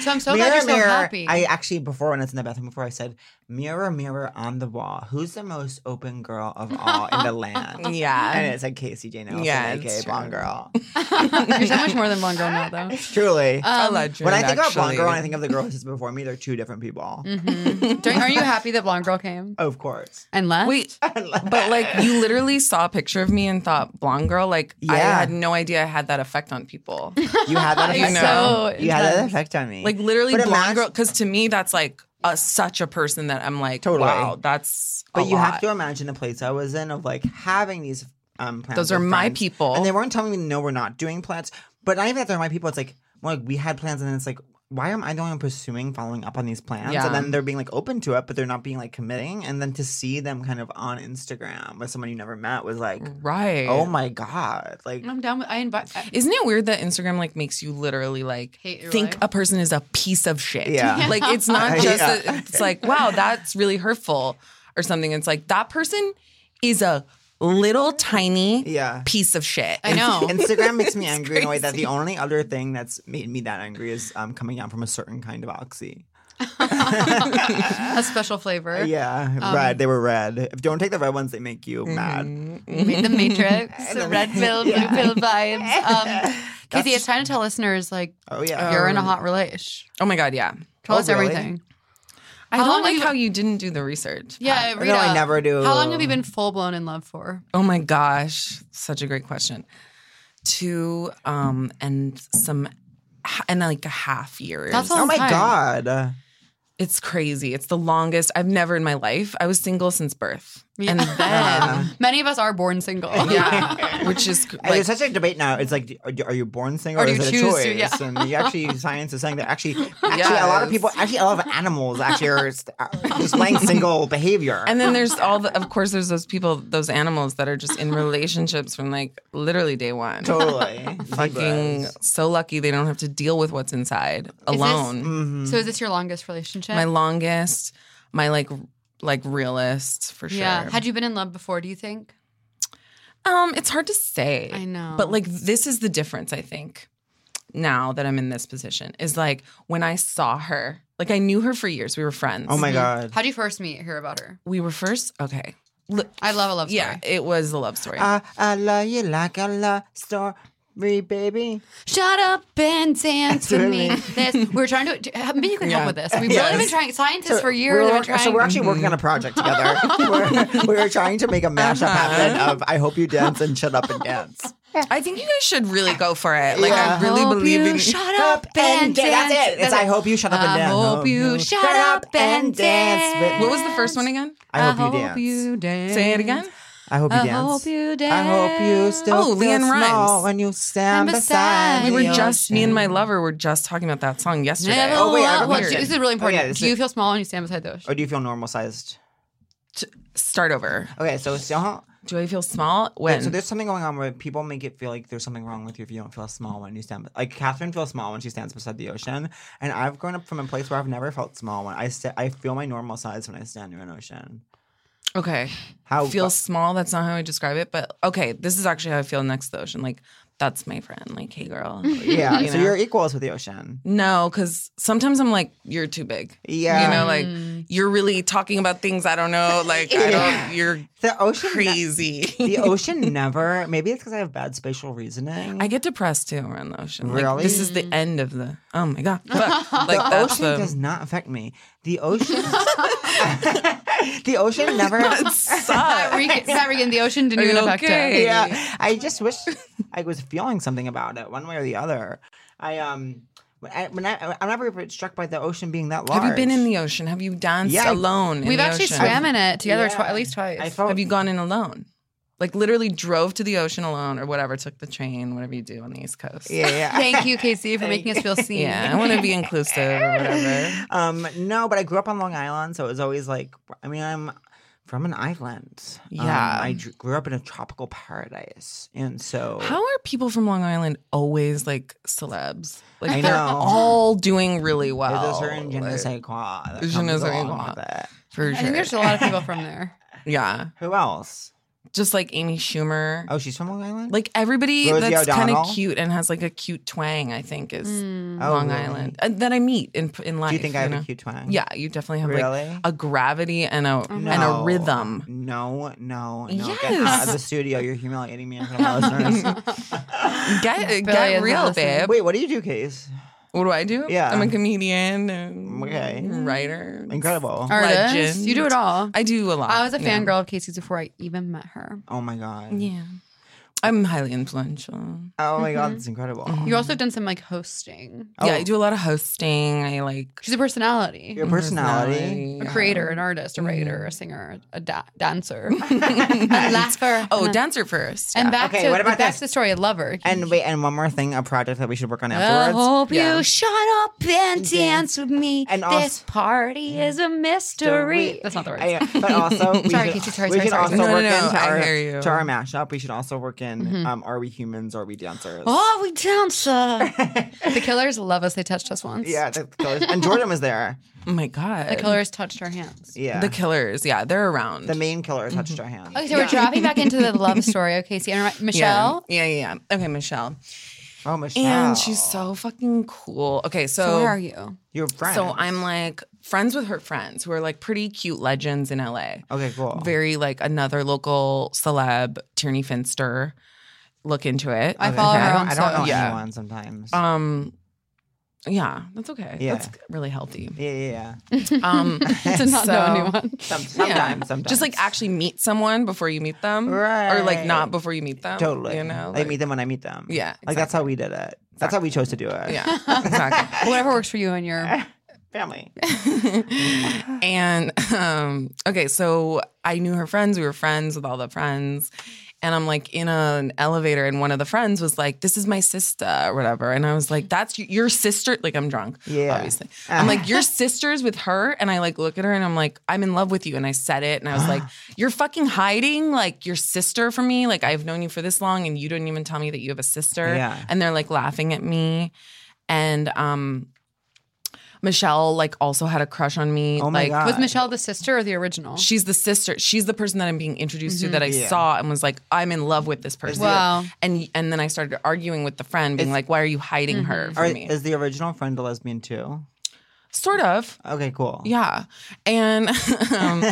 Speaker 3: So I'm so
Speaker 2: Mm-hmm. mirror,
Speaker 3: glad you're so
Speaker 2: mirror.
Speaker 3: happy.
Speaker 2: I actually before when I was in the bathroom before I said, "Mirror, mirror on the wall, who's the most open girl of all in the land?"
Speaker 4: (laughs) Yeah.
Speaker 2: And it said Casey J. Nelson,
Speaker 4: Yeah,
Speaker 2: aka
Speaker 4: it's
Speaker 2: Blonde
Speaker 4: true. (laughs)
Speaker 2: Girl.
Speaker 3: You're so much more than one girl
Speaker 2: (laughs)
Speaker 3: now, though.
Speaker 2: Truly,
Speaker 3: Um,
Speaker 4: Alleged,
Speaker 2: when I think about Blonde Girl, and
Speaker 4: Uh, actually. Mm-hmm.
Speaker 2: I think of the girl who sits before me. They're two different people.
Speaker 4: (laughs)
Speaker 3: Don't- aren't you happy that blonde girl came
Speaker 2: Of course.
Speaker 3: and
Speaker 2: (laughs)
Speaker 3: left? (laughs)
Speaker 4: Wait, but like you literally saw a picture of me and thought blonde girl. Like I
Speaker 2: Yeah.
Speaker 4: had no idea I had that effect
Speaker 2: (laughs)
Speaker 4: on people.
Speaker 2: You had
Speaker 4: (laughs)
Speaker 2: that
Speaker 3: You
Speaker 2: effect.
Speaker 4: know.
Speaker 2: on, you had that effect on me.
Speaker 4: Like literally
Speaker 2: But it
Speaker 4: blonde
Speaker 2: matters-
Speaker 4: girl. Because to me that's like a, such a person that I'm like
Speaker 2: Totally.
Speaker 4: wow that's.
Speaker 2: But
Speaker 4: a
Speaker 2: you have
Speaker 4: lot.
Speaker 2: to imagine the place I was in of like having these um plans.
Speaker 4: Those
Speaker 2: with
Speaker 4: are my
Speaker 2: friends.
Speaker 4: people.
Speaker 2: And they weren't telling me no, we're not doing plans. But not even that they're my people. It's like, well, like we had plans and then it's like, why am I the one pursuing following up on these plans?
Speaker 4: Yeah.
Speaker 2: And then they're being like open to it, but they're not being like committing. And then to see them kind of on Instagram with someone you never met was like,
Speaker 3: Mm.
Speaker 4: Right.
Speaker 2: oh my God. Like
Speaker 3: I'm down with. I invite. I-
Speaker 4: Isn't it weird that Instagram like makes you literally like
Speaker 3: Hate your
Speaker 4: think
Speaker 3: life?
Speaker 4: a person is a piece of shit?
Speaker 2: Yeah.
Speaker 4: (laughs) Like
Speaker 2: (laughs)
Speaker 4: it's not just
Speaker 2: Yeah.
Speaker 4: that it's like wow that's really hurtful or something. It's like that person is a little tiny
Speaker 2: Yeah.
Speaker 4: piece of shit.
Speaker 3: I know.
Speaker 2: (laughs) Instagram makes
Speaker 3: (laughs)
Speaker 2: me angry in a way that the only other thing that's made me that angry is um, coming down from a certain kind of oxy.
Speaker 3: a special flavor.
Speaker 2: Uh, Yeah,
Speaker 3: um,
Speaker 2: red. They were red. If don't take the red ones, they make you mad.
Speaker 3: Ma- The
Speaker 2: (laughs)
Speaker 3: Matrix, the red pill, blue pill vibes. Um, Casey, it's time to tell listeners like
Speaker 2: Oh yeah.
Speaker 3: you're in a hot relation.
Speaker 4: Oh my god, yeah.
Speaker 3: Tell
Speaker 2: Oh,
Speaker 3: us
Speaker 2: really?
Speaker 3: everything.
Speaker 4: I
Speaker 3: How long
Speaker 4: don't
Speaker 3: have
Speaker 4: like
Speaker 3: you-
Speaker 4: how you didn't do the research.
Speaker 3: Yeah,
Speaker 2: Uh, No,
Speaker 3: Rita.
Speaker 2: I never do.
Speaker 3: How long have you been full blown in love for?
Speaker 4: Oh my gosh, such a great question. Two um and some h- and like a half years.
Speaker 3: That's a
Speaker 2: Oh
Speaker 3: long
Speaker 2: my
Speaker 3: time.
Speaker 2: god.
Speaker 4: It's crazy. It's the longest I've never in my life. I was single since birth.
Speaker 3: Me-
Speaker 4: And (laughs) then,
Speaker 3: Many of us are born
Speaker 2: (laughs)
Speaker 3: single.
Speaker 4: yeah, which is
Speaker 2: And
Speaker 4: like,
Speaker 2: there's such a debate now. It's like, are you- are you born single
Speaker 3: Or
Speaker 2: or,
Speaker 3: do
Speaker 2: is
Speaker 3: you
Speaker 2: it a
Speaker 3: choose
Speaker 2: choice?
Speaker 3: to, yeah.
Speaker 2: And you
Speaker 3: (laughs)
Speaker 2: actually, science is saying that actually, actually, a lot of
Speaker 4: Yes.
Speaker 2: people, actually, a lot of animals actually are st- are
Speaker 3: (laughs)
Speaker 2: displaying single behavior.
Speaker 4: and then there's all the, of course, there's those people, those animals that are just in relationships from like literally day
Speaker 3: (laughs)
Speaker 4: one.
Speaker 2: totally
Speaker 4: Fucking so lucky they don't have to deal with what's inside alone.
Speaker 2: hmm
Speaker 3: (laughs) So is this your longest relationship?
Speaker 4: my longest, my like like realist for sure.
Speaker 3: Yeah. Had you been in love before? Do you think?
Speaker 4: um, it's hard to say.
Speaker 3: I know.
Speaker 4: But like this is the difference, I think, now that I'm in this position. Is like when I saw her, like I knew her for years. We were friends.
Speaker 2: Oh my god.
Speaker 3: How do you first meet? Hear about her?
Speaker 4: We were first okay. L-
Speaker 3: I love a love story.
Speaker 4: yeah, it was a love story.
Speaker 2: I, I love you like a love story, baby.
Speaker 3: Shut up and dance with
Speaker 2: (laughs)
Speaker 3: me. (laughs) This we're trying to. Maybe you can help
Speaker 4: Yeah.
Speaker 3: with this. We've
Speaker 2: Yes.
Speaker 3: really been trying. Scientists for years
Speaker 2: we're,
Speaker 3: have been
Speaker 2: work-
Speaker 3: trying. Mm-hmm.
Speaker 2: so we're actually working on a project together. (laughs) we're, we're trying to make a mashup
Speaker 3: Uh-huh.
Speaker 2: happen of I hope you dance and shut up and dance.
Speaker 4: I think you guys should really go for it. Like
Speaker 2: Yeah.
Speaker 4: I really
Speaker 3: hope
Speaker 4: believe
Speaker 3: you
Speaker 2: (laughs)
Speaker 4: in
Speaker 3: Shut up and dance.
Speaker 2: That's it. It's I hope you shut up and
Speaker 3: I
Speaker 2: dance.
Speaker 3: hope
Speaker 2: Oh,
Speaker 3: you
Speaker 2: no.
Speaker 3: shut up and dance.
Speaker 4: What was the first one again?
Speaker 2: I hope you dance.
Speaker 3: you dance.
Speaker 4: Say it again.
Speaker 2: I hope you
Speaker 3: I
Speaker 2: dance.
Speaker 3: hope you
Speaker 2: I
Speaker 3: dance.
Speaker 2: hope you still
Speaker 4: Oh,
Speaker 2: feel
Speaker 4: Leanne
Speaker 2: small
Speaker 4: Rimes.
Speaker 2: when you stand
Speaker 3: Stand
Speaker 2: beside.
Speaker 3: beside
Speaker 4: We
Speaker 2: the
Speaker 4: were just me and my
Speaker 2: ocean.
Speaker 4: lover were just talking about that song yesterday.
Speaker 3: Never
Speaker 2: Oh, wait, I
Speaker 3: want- well,
Speaker 2: remember.
Speaker 3: this is really important.
Speaker 2: Oh, yeah, this
Speaker 3: Do you
Speaker 2: is- Oh,
Speaker 3: feel small when you stand beside the ocean?
Speaker 2: Or do you feel normal sized?
Speaker 4: Start over.
Speaker 2: Okay, so it's uh
Speaker 4: Do I feel small? When?
Speaker 2: Wait, so there's something going on where people make it feel like there's something wrong with you if you don't feel small when you stand. Like Catherine feels small when she stands beside the ocean, and I've grown up from a place where I've never felt small when I sta- I feel my normal size when I stand near an ocean.
Speaker 4: okay.
Speaker 2: How
Speaker 4: feel small. That's not how I describe it. But okay, this is actually how I feel next to the ocean. Like, that's my friend. Like, hey, girl.
Speaker 2: (laughs) Yeah,
Speaker 4: (laughs) you
Speaker 2: so
Speaker 4: know?
Speaker 2: you're equals with the ocean.
Speaker 4: No, because sometimes I'm like, you're too big.
Speaker 2: Yeah, Mm.
Speaker 4: You know, like, you're really talking about things I don't know.
Speaker 2: (laughs)
Speaker 4: Like, I
Speaker 2: Yeah. (laughs)
Speaker 4: don't, you're
Speaker 2: the ocean. ne-
Speaker 4: crazy. (laughs)
Speaker 2: the ocean never. Maybe it's because I have bad spatial reasoning.
Speaker 4: I get depressed too around the ocean. Like,
Speaker 2: Really? Mm.
Speaker 4: this is the end of the, oh
Speaker 2: (laughs)
Speaker 4: my God. But, like,
Speaker 2: the
Speaker 4: that's
Speaker 2: ocean does
Speaker 4: (laughs) the.
Speaker 2: not affect me. The
Speaker 4: (laughs)
Speaker 2: ocean. the ocean never.
Speaker 4: Suck.
Speaker 2: (laughs)
Speaker 3: Not Regan, not Regan, the ocean didn't
Speaker 4: Are you
Speaker 3: even affect
Speaker 4: okay?
Speaker 3: her.
Speaker 2: yeah i just wish i was feeling something about it one way or the other i um when I, when I, i'm never been struck by the ocean being that large
Speaker 4: Have you been in the ocean? Have you danced
Speaker 2: Yeah, I-
Speaker 4: alone? in
Speaker 3: We've
Speaker 4: the
Speaker 3: actually
Speaker 4: ocean?
Speaker 3: swam in it together
Speaker 2: Yeah.
Speaker 3: twi- at least twice.
Speaker 2: i felt (laughs)
Speaker 4: Have you gone in alone? Like literally drove to the ocean alone or whatever, took the train, whatever you do on the East Coast.
Speaker 2: yeah yeah
Speaker 3: Thank you, Casey, for making us feel seen.
Speaker 4: Yeah, I want to be inclusive or
Speaker 2: (laughs)
Speaker 4: whatever.
Speaker 2: um no but i grew up on long island so it was always like i mean i'm from an island Um,
Speaker 4: Yeah.
Speaker 2: i dr- grew up in a tropical paradise and so
Speaker 4: How are people from Long Island always like celebs? Like
Speaker 2: I
Speaker 4: they're
Speaker 2: know.
Speaker 4: all doing really well.
Speaker 2: there's a certain je ne
Speaker 4: like,
Speaker 2: sais quoi that
Speaker 4: Je
Speaker 2: comes
Speaker 4: ne sais
Speaker 2: along
Speaker 4: quoi.
Speaker 2: with it.
Speaker 4: for
Speaker 3: I think there's a
Speaker 4: sure.
Speaker 3: lot of people from there.
Speaker 4: Yeah,
Speaker 2: who else
Speaker 4: just like Amy Schumer.
Speaker 2: oh she's from long island
Speaker 4: Like everybody
Speaker 2: Rosie
Speaker 4: that's kind of
Speaker 2: O'Donnell?
Speaker 4: cute and has like a cute twang, I think, is
Speaker 2: Oh,
Speaker 4: Long
Speaker 2: really?
Speaker 4: Island uh, that I meet in in life.
Speaker 2: do you think i have
Speaker 4: know?
Speaker 2: a cute twang
Speaker 4: Yeah, you definitely have like
Speaker 2: really Oh,
Speaker 4: a gravity and a and a
Speaker 2: No.
Speaker 4: rhythm.
Speaker 2: No, no, no. Get
Speaker 4: Yes.
Speaker 2: out of the studio. You're humiliating me in front of
Speaker 4: (laughs)
Speaker 2: my listeners.
Speaker 4: Get
Speaker 3: Billy
Speaker 4: get
Speaker 3: is
Speaker 4: real,
Speaker 3: awesome.
Speaker 4: babe.
Speaker 2: Wait, what do you do, Case?
Speaker 4: What do I do?
Speaker 2: Yeah.
Speaker 4: I'm a comedian and
Speaker 2: Okay.
Speaker 4: writer.
Speaker 2: Incredible.
Speaker 3: Artist,
Speaker 4: (laughs) Legend.
Speaker 3: you do it all.
Speaker 4: I do a lot.
Speaker 3: I was a
Speaker 4: yeah.
Speaker 3: fangirl of Casey's before I even met her.
Speaker 2: Oh my god.
Speaker 4: Yeah. Mm-hmm. I'm highly influential.
Speaker 2: Oh my god, that's incredible.
Speaker 4: Oh.
Speaker 3: You also have done some like hosting.
Speaker 2: Oh,
Speaker 4: Yeah, I do a lot of hosting. I like
Speaker 3: She's a personality,
Speaker 2: Your personality.
Speaker 3: a
Speaker 4: yeah.
Speaker 3: creator, an artist, a
Speaker 4: Mm-hmm.
Speaker 3: writer, a singer, a da-
Speaker 2: (laughs)
Speaker 3: dancer, a laugher.
Speaker 4: (laughs) Oh,
Speaker 3: and a-
Speaker 4: dancer first.
Speaker 3: and
Speaker 4: yeah.
Speaker 3: back
Speaker 2: Okay,
Speaker 3: to
Speaker 2: what about
Speaker 3: back
Speaker 2: this?
Speaker 3: to the story. A lover.
Speaker 2: And wait, and one more thing, a project that we should work on
Speaker 3: I
Speaker 2: afterwards.
Speaker 3: hope
Speaker 4: Yeah.
Speaker 3: you shut up and dance with me.
Speaker 2: And
Speaker 3: this
Speaker 2: also-
Speaker 3: party is a mystery. That's not the
Speaker 2: I-
Speaker 3: right.
Speaker 2: but
Speaker 3: (laughs)
Speaker 2: also, we
Speaker 3: Sorry,
Speaker 2: should,
Speaker 3: Casey, sorry,
Speaker 2: we
Speaker 3: sorry,
Speaker 2: should
Speaker 3: sorry.
Speaker 2: also
Speaker 4: No, no,
Speaker 2: work
Speaker 4: no,
Speaker 2: into
Speaker 4: I
Speaker 2: our,
Speaker 4: hear you.
Speaker 2: to our mashup. We should also work in
Speaker 3: Mm-hmm.
Speaker 2: um, Are We Humans? Are We Dancers?
Speaker 3: Oh, we dancer.
Speaker 2: (laughs)
Speaker 3: the killers love us. They touched us once.
Speaker 2: Yeah, the colors. and Jordan was there.
Speaker 4: oh my god.
Speaker 3: The killers touched our hands.
Speaker 2: Yeah.
Speaker 4: The killers. Mm-hmm. Yeah, they're around.
Speaker 2: The main killer touched our hand.
Speaker 3: Okay, so we're dropping back into
Speaker 2: (laughs)
Speaker 3: the love story. Okay, see, and
Speaker 4: yeah.
Speaker 3: Michelle.
Speaker 4: yeah, yeah, yeah. Okay, Michelle.
Speaker 2: Oh, Michelle.
Speaker 4: And she's so fucking cool. Okay, so,
Speaker 3: So where
Speaker 2: (laughs)
Speaker 3: are you?
Speaker 2: Your friend.
Speaker 4: So I'm like friends with her friends who are like pretty cute legends in LA.
Speaker 2: Okay, cool.
Speaker 4: Very like another local celeb, Tierney Finster. Look into it.
Speaker 3: I follow
Speaker 2: I
Speaker 3: her
Speaker 2: don't,
Speaker 3: on
Speaker 2: I don't know
Speaker 3: social.
Speaker 4: Yeah.
Speaker 2: anyone sometimes.
Speaker 4: Um, Yeah, that's okay.
Speaker 2: Yeah.
Speaker 4: That's really healthy.
Speaker 2: Yeah, yeah, (laughs)
Speaker 4: Um,
Speaker 3: to not know
Speaker 4: So-
Speaker 3: anyone.
Speaker 2: Some,
Speaker 4: (laughs) yeah.
Speaker 2: sometimes, sometimes.
Speaker 4: Just like actually meet someone before you meet them. Or like
Speaker 2: Right.
Speaker 4: not before you meet them.
Speaker 2: totally.
Speaker 4: You know?
Speaker 2: I meet them when I meet them.
Speaker 4: Yeah,
Speaker 2: Like that's how we did it. That's how we chose to do it. (laughs)
Speaker 4: Yeah, exactly.
Speaker 3: Whatever works for you and your
Speaker 2: Family.
Speaker 4: and (laughs) um, okay, so I knew her friends. We were friends with all the friends. And I'm like in an elevator, and one of the friends was like, This is my sister, or whatever. And I was like, That's y- your sister. Like, I'm drunk,
Speaker 2: Yeah.
Speaker 4: obviously. I'm
Speaker 2: (laughs)
Speaker 4: like, Your sister's with her. And I like look at her and I'm like, I'm in love with you. And I said it, and
Speaker 2: (gasps)
Speaker 4: I was like, You're fucking hiding like your sister from me. Like, I've known you for this long, and you don't even tell me that you have a sister.
Speaker 2: Yeah.
Speaker 4: And they're like laughing at me. And, um, Michelle like also had a crush on me.
Speaker 2: Oh my
Speaker 4: like,
Speaker 2: God.
Speaker 3: was Michelle the sister or the original?
Speaker 4: She's the sister. She's the person that I'm being introduced to that I
Speaker 2: Mm-hmm. Yeah.
Speaker 4: saw and was like, I'm in love with this person.
Speaker 3: Wow.
Speaker 4: And and then I started arguing with the friend, being
Speaker 2: Is-
Speaker 4: like, Why are you hiding her
Speaker 2: Or
Speaker 4: from me?
Speaker 2: Mm-hmm. is the original friend a lesbian too?
Speaker 4: sort of.
Speaker 2: Okay, cool.
Speaker 4: Yeah. And (laughs) um,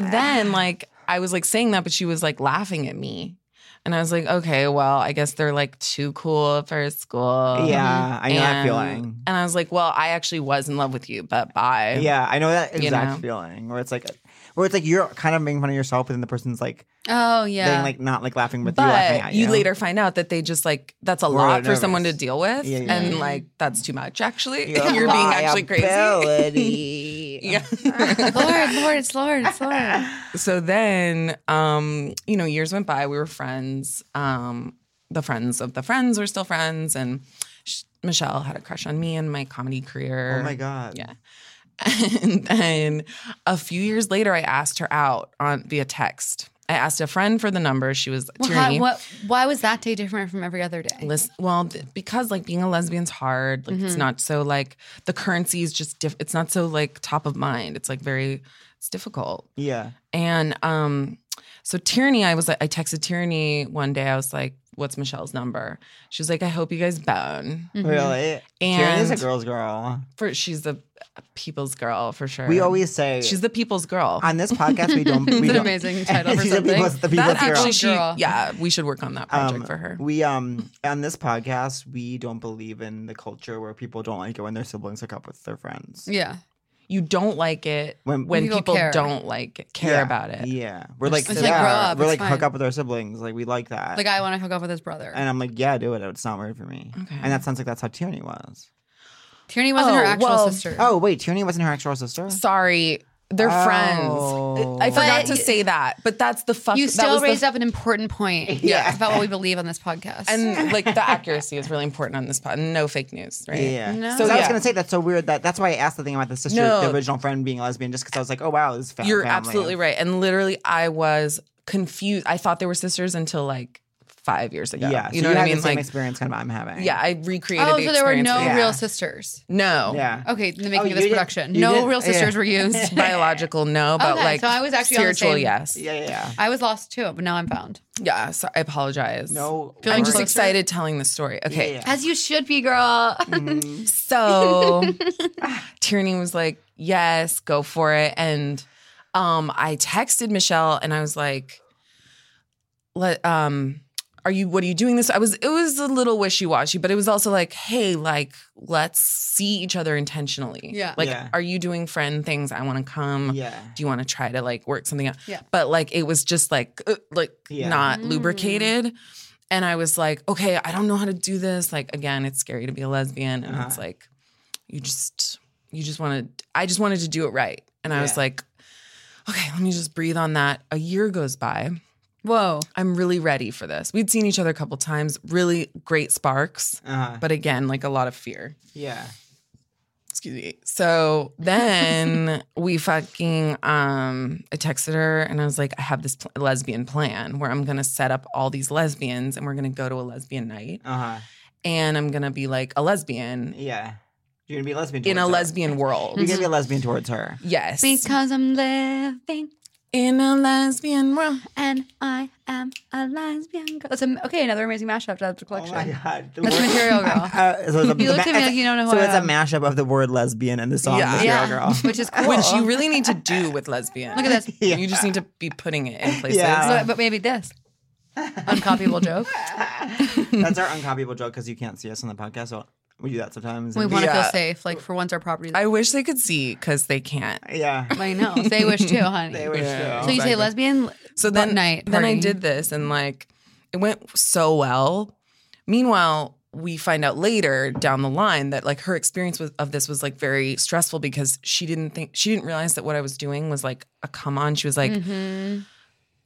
Speaker 2: (laughs)
Speaker 4: then like I was like saying that, but she was like laughing at me. And I was like, okay, well, I guess they're like too cool for school.
Speaker 2: Yeah, I know that
Speaker 4: And-
Speaker 2: feeling.
Speaker 4: And I was like, well, I actually was in love with you, but bye.
Speaker 2: Yeah, I know that
Speaker 4: You
Speaker 2: exact
Speaker 4: know.
Speaker 2: feeling where it's like, where it's like you're kind of making fun of yourself, but then the person's like,
Speaker 3: oh
Speaker 2: then
Speaker 3: yeah.
Speaker 2: like not like laughing with you, laughing
Speaker 4: but
Speaker 2: at
Speaker 4: you.
Speaker 2: you.
Speaker 4: later find out that they just like that's a
Speaker 2: Were
Speaker 4: lot for someone to
Speaker 2: nervous.
Speaker 4: deal with
Speaker 2: Yeah, yeah,
Speaker 4: and
Speaker 2: yeah.
Speaker 4: like that's too much actually
Speaker 2: Your
Speaker 4: (laughs) you're being actually crazy
Speaker 2: liability.
Speaker 4: (laughs) yeah
Speaker 3: Lord, Lord, it's Lord,
Speaker 2: (laughs)
Speaker 3: it's Lord.
Speaker 4: so then um you know years went by we were friends um the friends of the friends were still friends and sh- michelle had a crush on me in my comedy career (laughs)
Speaker 2: Oh my god.
Speaker 4: Yeah. And then a few years later, I asked her out on via text. I asked a friend for the number. She was
Speaker 3: Well,
Speaker 4: Tierney.
Speaker 3: how- what, why was that day different from every other day?
Speaker 4: Listen, well, th- because like being a lesbian's hard. Like
Speaker 2: Mm-hmm.
Speaker 4: it's not so like the currency is just diff- it's not so like top of mind. It's like very it's difficult.
Speaker 2: Yeah.
Speaker 4: And um, so Tierney, I was like, I texted Tierney one day. I was like, "What's Michelle's number?" She was like, "I hope you guys bone."
Speaker 3: Mm-hmm.
Speaker 2: Really. Tyrion is Mm-hmm. a
Speaker 4: Mm-hmm. And-
Speaker 2: girl's girl.
Speaker 4: For she's the people's girl for sure.
Speaker 2: We always say
Speaker 4: she's the people's girl.
Speaker 2: on this podcast.
Speaker 4: (laughs)
Speaker 2: We don't. we
Speaker 3: It's an
Speaker 2: don't (laughs)
Speaker 3: amazing title for
Speaker 2: She's the
Speaker 3: something.
Speaker 2: people's, the people's
Speaker 4: that
Speaker 2: girl.
Speaker 4: actually, she
Speaker 3: Girl.
Speaker 4: yeah, we should work on that project
Speaker 2: Um,
Speaker 4: for her.
Speaker 2: We um on this podcast we don't believe in the culture where people don't like it when their siblings hook up with their friends.
Speaker 3: Yeah.
Speaker 4: You don't like it
Speaker 2: When-
Speaker 4: when,
Speaker 3: People
Speaker 4: people,
Speaker 3: care.
Speaker 4: don't like it, care
Speaker 2: Yeah,
Speaker 4: about it.
Speaker 2: Yeah, we're
Speaker 4: It's
Speaker 2: like,
Speaker 4: like,
Speaker 2: yeah,
Speaker 3: grow up,
Speaker 2: we're
Speaker 3: it's
Speaker 2: like hook
Speaker 3: fine.
Speaker 2: up with our siblings. Like we like that.
Speaker 3: The guy want to hook up with his brother.
Speaker 2: and I'm like, yeah, do it. It's not weird for me.
Speaker 4: Okay.
Speaker 2: And that sounds like that's how Tierney was.
Speaker 3: Tierney wasn't her
Speaker 4: Oh,
Speaker 3: actual
Speaker 4: well,
Speaker 3: sister.
Speaker 2: Oh wait, Tierney wasn't her actual sister.
Speaker 4: Sorry, they're
Speaker 2: Oh.
Speaker 4: friends. I forgot
Speaker 3: But-
Speaker 4: to say that, but that's the fuck.
Speaker 3: you
Speaker 4: that
Speaker 3: still
Speaker 4: was the-
Speaker 3: raised up an important point.
Speaker 2: (laughs) Yeah.
Speaker 3: About what we believe on this podcast.
Speaker 4: (laughs)
Speaker 3: (laughs)
Speaker 4: and like the accuracy is really important on this pod. No fake news, right?
Speaker 2: Yeah.
Speaker 3: No.
Speaker 2: So I was
Speaker 4: Yeah.
Speaker 2: gonna say that's so weird. That that's why I asked the thing about the sister,
Speaker 4: No.
Speaker 2: the original friend being a lesbian, just because I was like, oh wow, this is fa-
Speaker 4: You're
Speaker 2: family.
Speaker 4: absolutely right. And literally, I was confused. I thought they were sisters until like five years ago.
Speaker 2: Yeah.
Speaker 4: you
Speaker 2: so
Speaker 4: know what
Speaker 2: had
Speaker 4: I mean?
Speaker 2: The same
Speaker 4: Like,
Speaker 2: experience kind of I'm having.
Speaker 4: yeah, I recreated.
Speaker 3: oh,
Speaker 4: the
Speaker 3: so there were
Speaker 4: experience
Speaker 3: no
Speaker 4: that I
Speaker 2: Yeah.
Speaker 4: had.
Speaker 3: real sisters.
Speaker 4: no,
Speaker 2: Yeah.
Speaker 3: Okay, in the
Speaker 2: Oh,
Speaker 3: making
Speaker 2: you
Speaker 3: of this
Speaker 2: did-
Speaker 3: production.
Speaker 2: you
Speaker 3: No
Speaker 2: did-
Speaker 3: real
Speaker 2: yeah.
Speaker 3: sisters
Speaker 2: (laughs)
Speaker 3: were used.
Speaker 4: biological no, but
Speaker 3: Okay,
Speaker 4: like
Speaker 3: so I was actually on the
Speaker 4: spiritual.
Speaker 3: same-
Speaker 4: yes,
Speaker 2: Yeah. Yeah. yeah.
Speaker 3: I was lost too, but now I'm found.
Speaker 4: yeah. So I apologize.
Speaker 2: No.
Speaker 3: Feeling
Speaker 4: I'm just
Speaker 3: closer?
Speaker 4: excited telling the story. Okay,
Speaker 2: Yeah.
Speaker 3: As you should be, girl.
Speaker 2: Mm-hmm.
Speaker 4: So ah, Tierney was like, "Yes, go for it." And um, I texted Michelle, and I was like, "Let um, are you? What are you doing this?" I was. It was a little wishy washy, but it was also like, "Hey, like, let's see each other intentionally."
Speaker 3: Yeah.
Speaker 4: Like,
Speaker 2: Yeah.
Speaker 4: are you doing friend things? I want to come.
Speaker 2: Yeah.
Speaker 4: Do you want to try to like work something out?
Speaker 3: Yeah.
Speaker 4: But like, it was just like, uh, like
Speaker 2: Yeah.
Speaker 4: not
Speaker 3: Mm.
Speaker 4: lubricated. And I was like, okay, I don't know how to do this. Like, again, it's scary to be a lesbian. And it's
Speaker 2: Uh-huh.
Speaker 4: like, you just, you just wanted, I just wanted to do it right. And I was
Speaker 2: Yeah.
Speaker 4: like, okay, let me just breathe on that. A year goes by.
Speaker 3: (laughs) Whoa.
Speaker 4: I'm really ready for this. We'd seen each other a couple times, really great sparks,
Speaker 2: Uh-huh.
Speaker 4: but again, like a lot of fear.
Speaker 2: Yeah.
Speaker 4: Excuse me. So
Speaker 2: (laughs)
Speaker 4: then we fucking um I texted her and I was like, I have this pl- lesbian plan where I'm gonna set up all these lesbians and we're gonna go to a lesbian night
Speaker 2: Uh huh.
Speaker 4: and I'm gonna be like a lesbian
Speaker 2: Yeah. You're gonna be a lesbian
Speaker 4: in
Speaker 2: towards
Speaker 4: a
Speaker 2: her.
Speaker 4: lesbian world.
Speaker 2: You're gonna
Speaker 3: Mm-hmm.
Speaker 2: be a lesbian towards her.
Speaker 4: Yes.
Speaker 3: Because I'm living
Speaker 4: in a lesbian world.
Speaker 3: and I am a lesbian girl. That's a, okay, another amazing mashup to have the collection.
Speaker 2: Oh god. (laughs)
Speaker 3: That's Material Girl.
Speaker 2: Uh, so it's a,
Speaker 3: (laughs) You
Speaker 2: the
Speaker 3: looked at
Speaker 2: ma-
Speaker 3: me like you don't know who
Speaker 2: So
Speaker 3: I
Speaker 2: it's a
Speaker 3: am.
Speaker 2: mashup of the word lesbian and the song
Speaker 4: Yeah.
Speaker 2: Material
Speaker 3: Yeah.
Speaker 2: Girl.
Speaker 3: (laughs) Which is cool.
Speaker 4: Which you really need to do with lesbian.
Speaker 3: Look at this.
Speaker 2: Yeah.
Speaker 4: You just need to be putting it in places.
Speaker 2: Yeah.
Speaker 3: So- but maybe this.
Speaker 2: (laughs)
Speaker 3: Uncopyable joke.
Speaker 2: That's our uncopyable joke because you can't see us on the podcast. So We do that sometimes.
Speaker 3: We
Speaker 2: and-
Speaker 3: want to
Speaker 4: Yeah.
Speaker 3: feel safe. Like for once, our property. (laughs) I,
Speaker 4: I wish they could see because they can't.
Speaker 3: (laughs)
Speaker 2: Yeah.
Speaker 3: know. They wish too, honey.
Speaker 2: They wish
Speaker 4: Yeah.
Speaker 2: to.
Speaker 3: So you say
Speaker 4: Exactly.
Speaker 3: lesbian?
Speaker 4: Oh, So
Speaker 3: Butt
Speaker 4: then,
Speaker 3: night
Speaker 4: then I
Speaker 3: party.
Speaker 4: did this, and like it went so well. Meanwhile, we find out later down the line that like her experience with, of this was like very stressful because she didn't think she didn't realize that what I was doing was like a come on. She was like, (laughs)
Speaker 3: Mhm.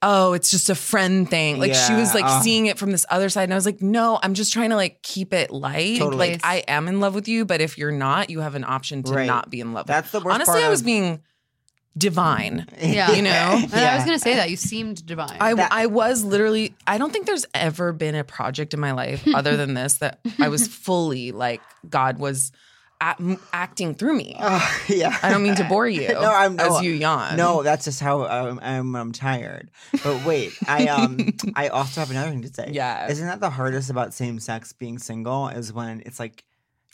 Speaker 4: oh, it's just a friend thing. Like she was
Speaker 2: Yeah,
Speaker 4: like
Speaker 2: uh.
Speaker 4: seeing it from this other side, and I was like, no, I'm just trying to like keep it light.
Speaker 2: Totally.
Speaker 4: Like I am in love with you, but if you're not, you have an option to
Speaker 2: Right.
Speaker 4: not be in love.
Speaker 2: That's the
Speaker 4: with
Speaker 2: worst
Speaker 4: Honestly,
Speaker 2: part.
Speaker 4: I was
Speaker 2: (laughs) of-
Speaker 4: being divine.
Speaker 3: Yeah.
Speaker 4: You know?
Speaker 3: And I was gonna say that you seemed divine.
Speaker 4: I,
Speaker 2: That-
Speaker 4: I was literally I don't think there's ever been a project in
Speaker 2: (laughs)
Speaker 4: my life other than this that I was fully like God was at, acting through me.
Speaker 2: Ugh, yeah.
Speaker 4: I don't mean to
Speaker 2: (laughs)
Speaker 4: bore you.
Speaker 2: Oh. No, I'm- no,
Speaker 4: as you yawn.
Speaker 2: No, that's just how um, I'm, I'm tired. But wait, I
Speaker 4: (laughs)
Speaker 2: um I also have another thing to say.
Speaker 4: Yeah.
Speaker 2: Isn't that the hardest about same sex being single is when it's like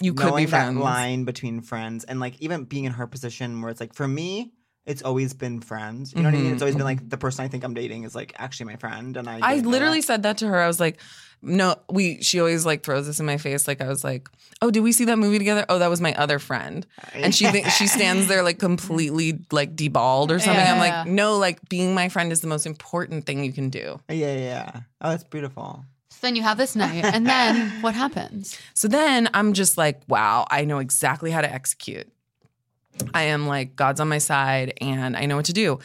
Speaker 4: you could be
Speaker 2: knowing that
Speaker 4: friends.
Speaker 2: line between friends and like even being in her position where it's like for me it's always been friends. You know what I mean?
Speaker 4: Mhm,
Speaker 2: It's always been like the person I think I'm dating is like actually my friend and I
Speaker 4: I
Speaker 2: didn't know
Speaker 4: literally
Speaker 2: that.
Speaker 4: said that to her. I was like, no, we she always like throws this in my face. Like I was like, Oh, did we see that movie together? Oh, that was my other friend. And she th-
Speaker 2: (laughs)
Speaker 4: she stands there like completely like deballed or something. I'm
Speaker 3: Yeah.
Speaker 4: like, no, like being my friend is the most important thing you can do.
Speaker 2: Yeah, yeah, yeah. Oh, that's beautiful.
Speaker 3: So then you have this night, and then
Speaker 4: (laughs)
Speaker 3: what happens?
Speaker 4: So then I'm just like, wow, I know exactly how to execute. I am like, God's on my side and I know what to do.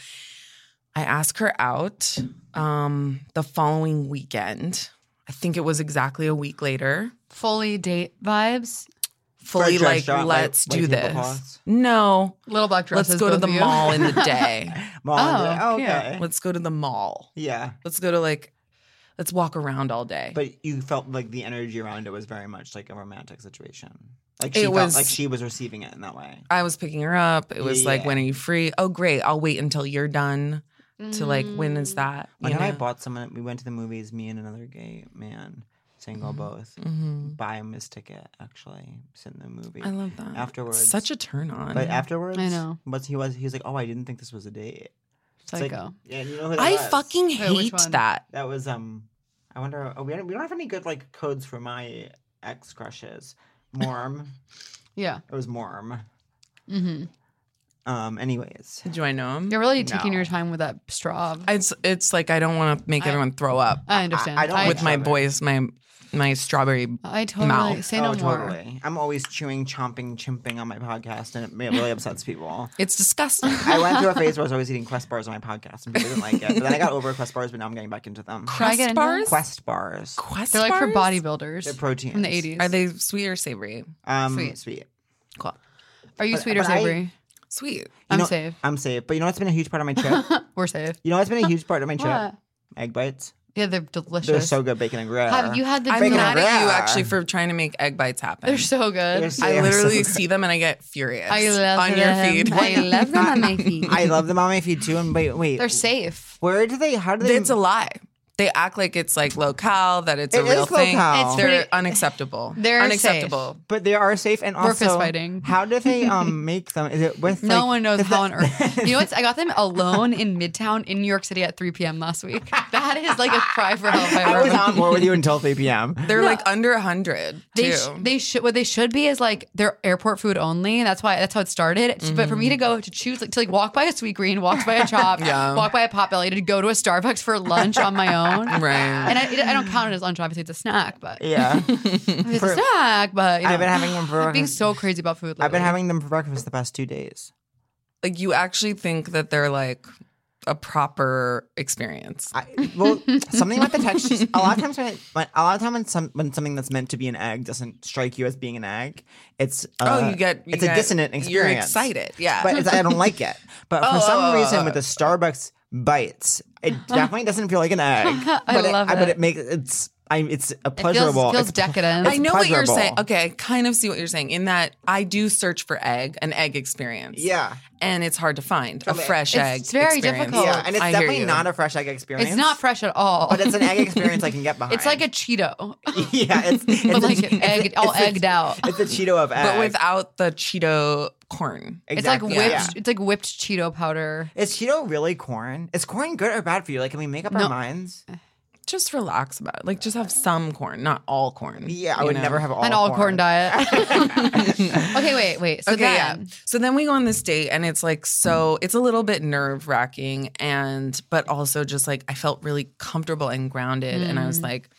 Speaker 4: I ask her out um, the following weekend. I think it was exactly a week later.
Speaker 3: Fully date vibes.
Speaker 2: For a
Speaker 4: Fully
Speaker 2: dress
Speaker 4: like,
Speaker 2: shop, like-
Speaker 4: let's
Speaker 2: like
Speaker 4: do
Speaker 2: people
Speaker 4: this.
Speaker 2: clothes?
Speaker 4: No,
Speaker 3: Little black dresses.
Speaker 4: let's go to
Speaker 3: both
Speaker 4: the
Speaker 3: of you. (laughs)
Speaker 4: mall
Speaker 2: (laughs)
Speaker 4: in the day.
Speaker 2: Mom,
Speaker 3: Oh,
Speaker 2: oh,
Speaker 3: cute.
Speaker 2: okay.
Speaker 4: let's go to the mall.
Speaker 2: Yeah.
Speaker 4: Let's go to like, let's walk around all day.
Speaker 2: But you felt like the energy around it was very much like a romantic situation. Like
Speaker 4: It
Speaker 2: she felt
Speaker 4: was-
Speaker 2: like she was receiving it in that way.
Speaker 4: I was picking her up. It was like,
Speaker 2: Yeah.
Speaker 4: when are you free? Oh, great. I'll wait until you're done to like, when
Speaker 3: Mm.
Speaker 4: is that?
Speaker 2: When
Speaker 4: you
Speaker 2: I
Speaker 4: know?
Speaker 2: bought someone, we went to the movies, me and another gay man, single both,
Speaker 4: Mhm.
Speaker 2: buy him his ticket, actually, sit in the movie.
Speaker 4: I love that.
Speaker 2: Afterwards.
Speaker 4: Such a turn on.
Speaker 2: but afterwards,
Speaker 3: I know.
Speaker 2: But he was, he was like, oh, I didn't think this was a date. It's like-
Speaker 3: Psycho.
Speaker 2: yeah, you know who that
Speaker 4: I
Speaker 2: was?
Speaker 4: fucking
Speaker 3: Wait, which
Speaker 4: hate
Speaker 3: one?
Speaker 4: that.
Speaker 2: That was, um, I wonder, oh, we, don't, we don't have any good, like, codes for my ex crushes.
Speaker 4: (laughs)
Speaker 2: Morm.
Speaker 3: Yeah.
Speaker 2: it was Morm.
Speaker 4: Mm-hmm.
Speaker 3: hmm
Speaker 2: Um, anyways.
Speaker 4: Do I know him?
Speaker 3: You're really taking
Speaker 2: No.
Speaker 3: your time with that straw. I,
Speaker 4: It's it's like I don't want to make
Speaker 3: I-
Speaker 4: everyone throw up
Speaker 3: understand.
Speaker 2: I- I don't like
Speaker 4: with my
Speaker 2: strawberry.
Speaker 4: voice, my my strawberry.
Speaker 3: I totally
Speaker 4: mouth.
Speaker 3: say no
Speaker 2: oh,
Speaker 3: more.
Speaker 2: totally. I'm always chewing, chomping, chimping on my podcast, and it really upsets
Speaker 3: (laughs)
Speaker 2: people.
Speaker 4: It's (laughs) disgusting.
Speaker 2: I went through a phase where I was always eating Quest bars on my podcast, and people didn't like it. But then I got over Quest bars, but now I'm getting back into them.
Speaker 3: I get
Speaker 4: Crust
Speaker 3: into
Speaker 4: bars.
Speaker 3: this?
Speaker 2: Quest bars.
Speaker 4: Quest
Speaker 3: They're like for
Speaker 4: bars?
Speaker 3: bodybuilders
Speaker 2: They're protein.
Speaker 3: from the 80s.
Speaker 4: Are they sweet or savory?
Speaker 2: Um,
Speaker 3: Sweet.
Speaker 2: sweet.
Speaker 4: Cool.
Speaker 3: Are you
Speaker 2: But-
Speaker 3: sweet or
Speaker 2: but I-
Speaker 3: savory?
Speaker 4: Sweet.
Speaker 2: You
Speaker 3: I'm
Speaker 2: know-
Speaker 3: safe.
Speaker 2: I'm safe. But you know what's been a huge part of my
Speaker 3: (laughs)
Speaker 2: trip?
Speaker 3: We're safe.
Speaker 2: you know what's been a huge part of my trip?
Speaker 3: What?
Speaker 2: Egg bites.
Speaker 3: Yeah, they're delicious.
Speaker 2: They're so good, bacon and gruyere.
Speaker 3: Have you had the
Speaker 4: I'm
Speaker 2: Bacon
Speaker 3: vanilla-
Speaker 2: and
Speaker 4: mad at you
Speaker 2: rare.
Speaker 4: actually for trying to make egg bites happen.
Speaker 3: They're so good.
Speaker 2: They're so-
Speaker 4: I
Speaker 2: They are (laughs)
Speaker 4: literally
Speaker 2: so-
Speaker 4: see them and I get furious
Speaker 3: I love
Speaker 4: on your
Speaker 3: them.
Speaker 2: (laughs)
Speaker 4: feed. (laughs)
Speaker 3: I love them on my feed.
Speaker 2: (laughs) I love the mommy feed too. And wait, wait.
Speaker 3: They're safe.
Speaker 2: Where do they? How do they?
Speaker 4: It's a lie. They act like it's like locale, that it's a
Speaker 2: It
Speaker 4: real
Speaker 2: is
Speaker 4: thing.
Speaker 2: locale.
Speaker 3: It's
Speaker 4: They're
Speaker 3: pretty-
Speaker 4: unacceptable.
Speaker 3: (laughs) They're
Speaker 4: unacceptable.
Speaker 2: but they are safe and
Speaker 3: We're
Speaker 2: also
Speaker 3: fistfighting.
Speaker 2: How do they
Speaker 3: (laughs)
Speaker 2: um make them? Is it with
Speaker 3: no
Speaker 2: like-
Speaker 3: one knows
Speaker 2: is
Speaker 3: how
Speaker 2: that- (laughs)
Speaker 3: on earth. You know what? I got them alone in Midtown in New York City at 3 p.m. last week. That is like a cry for help.
Speaker 2: (laughs)
Speaker 3: I
Speaker 2: I was
Speaker 3: remember.
Speaker 2: on
Speaker 4: (laughs)
Speaker 2: board with you until 3 p.m.
Speaker 4: They're like under a hundred.
Speaker 3: They
Speaker 4: too.
Speaker 3: sh- they should what they should be is like they're airport food only. That's why that's how it started. But for me
Speaker 2: Mm.
Speaker 3: to go to choose like to like walk by a sweet green, walk by a
Speaker 2: (laughs)
Speaker 3: chop,
Speaker 4: Yeah.
Speaker 3: walk by a potbelly, to go to a Starbucks for lunch on my
Speaker 2: (laughs)
Speaker 3: own.
Speaker 4: right.
Speaker 3: And I, it- I don't count it as lunch. Obviously, it's a snack, but
Speaker 4: (laughs)
Speaker 2: Yeah.
Speaker 3: it's a
Speaker 2: For-
Speaker 3: snack. But you know,
Speaker 2: I've been having them for
Speaker 3: (laughs) being
Speaker 2: breakfast.
Speaker 3: so crazy about food. Lately.
Speaker 2: I've been having them for breakfast the past two days.
Speaker 4: like you actually think that they're like a proper experience.
Speaker 2: I, well, something about the texture. A lot of times, when, when a lot of time when, some, when something that's meant to be an egg doesn't strike you as being an egg, it's uh,
Speaker 4: oh, you get you
Speaker 2: it's a
Speaker 4: get-
Speaker 2: dissonant experience.
Speaker 4: You're excited. Yeah.
Speaker 2: but it's, I don't like it. But for
Speaker 4: (laughs) Oh,
Speaker 2: some
Speaker 4: oh, oh,
Speaker 2: reason,
Speaker 4: oh.
Speaker 2: with the Starbucks bites, it definitely doesn't feel like an
Speaker 4: (laughs)
Speaker 2: egg.
Speaker 3: I
Speaker 2: but
Speaker 3: love
Speaker 2: it, But
Speaker 3: it.
Speaker 2: it makes it's I, it's a
Speaker 3: it feels,
Speaker 2: pleasurable.
Speaker 3: feels
Speaker 2: it's-
Speaker 3: decadent.
Speaker 4: I know what you're
Speaker 2: pleasurable.
Speaker 4: saying. Okay, I kind of see what you're saying in that I do search for egg, an egg experience.
Speaker 2: yeah,
Speaker 4: And it's hard to find a
Speaker 2: Totally.
Speaker 4: fresh
Speaker 3: It's
Speaker 4: egg.
Speaker 3: very
Speaker 4: experience.
Speaker 3: difficult.
Speaker 2: yeah, and it's
Speaker 4: Oh, I hear
Speaker 2: definitely
Speaker 4: you.
Speaker 2: not a fresh egg experience.
Speaker 3: it's not fresh at all.
Speaker 2: but it's an egg experience I can
Speaker 4: (laughs)
Speaker 2: get behind.
Speaker 3: (laughs) It's like a Cheeto,
Speaker 2: (laughs) yeah, it's, it's
Speaker 3: (laughs) but
Speaker 2: a-
Speaker 3: like an
Speaker 2: it's a-
Speaker 3: egg, all
Speaker 2: it's a-
Speaker 3: egged out.
Speaker 2: It's a Cheeto
Speaker 3: (laughs)
Speaker 2: of egg,
Speaker 4: But without the Cheeto corn.
Speaker 2: Exactly.
Speaker 3: It's like whipped.
Speaker 2: Yeah.
Speaker 3: It's like whipped Cheeto powder.
Speaker 2: Is Cheeto really corn? Is corn good or bad for you? Like, can we make up
Speaker 3: No. Uh,
Speaker 2: our minds?
Speaker 4: just relax about it. Like just have some corn, not all corn.
Speaker 2: Yeah, I
Speaker 4: you
Speaker 2: would
Speaker 4: know?
Speaker 2: never have all
Speaker 3: an all corn,
Speaker 2: corn. (laughs)
Speaker 3: diet. (laughs) okay, wait, wait. So
Speaker 4: okay, yeah.
Speaker 3: then,
Speaker 4: So then we go on this date, and it's like so. It's a little bit nerve wracking, and but also just like I felt really comfortable and grounded, and I was
Speaker 3: Mm.
Speaker 4: like,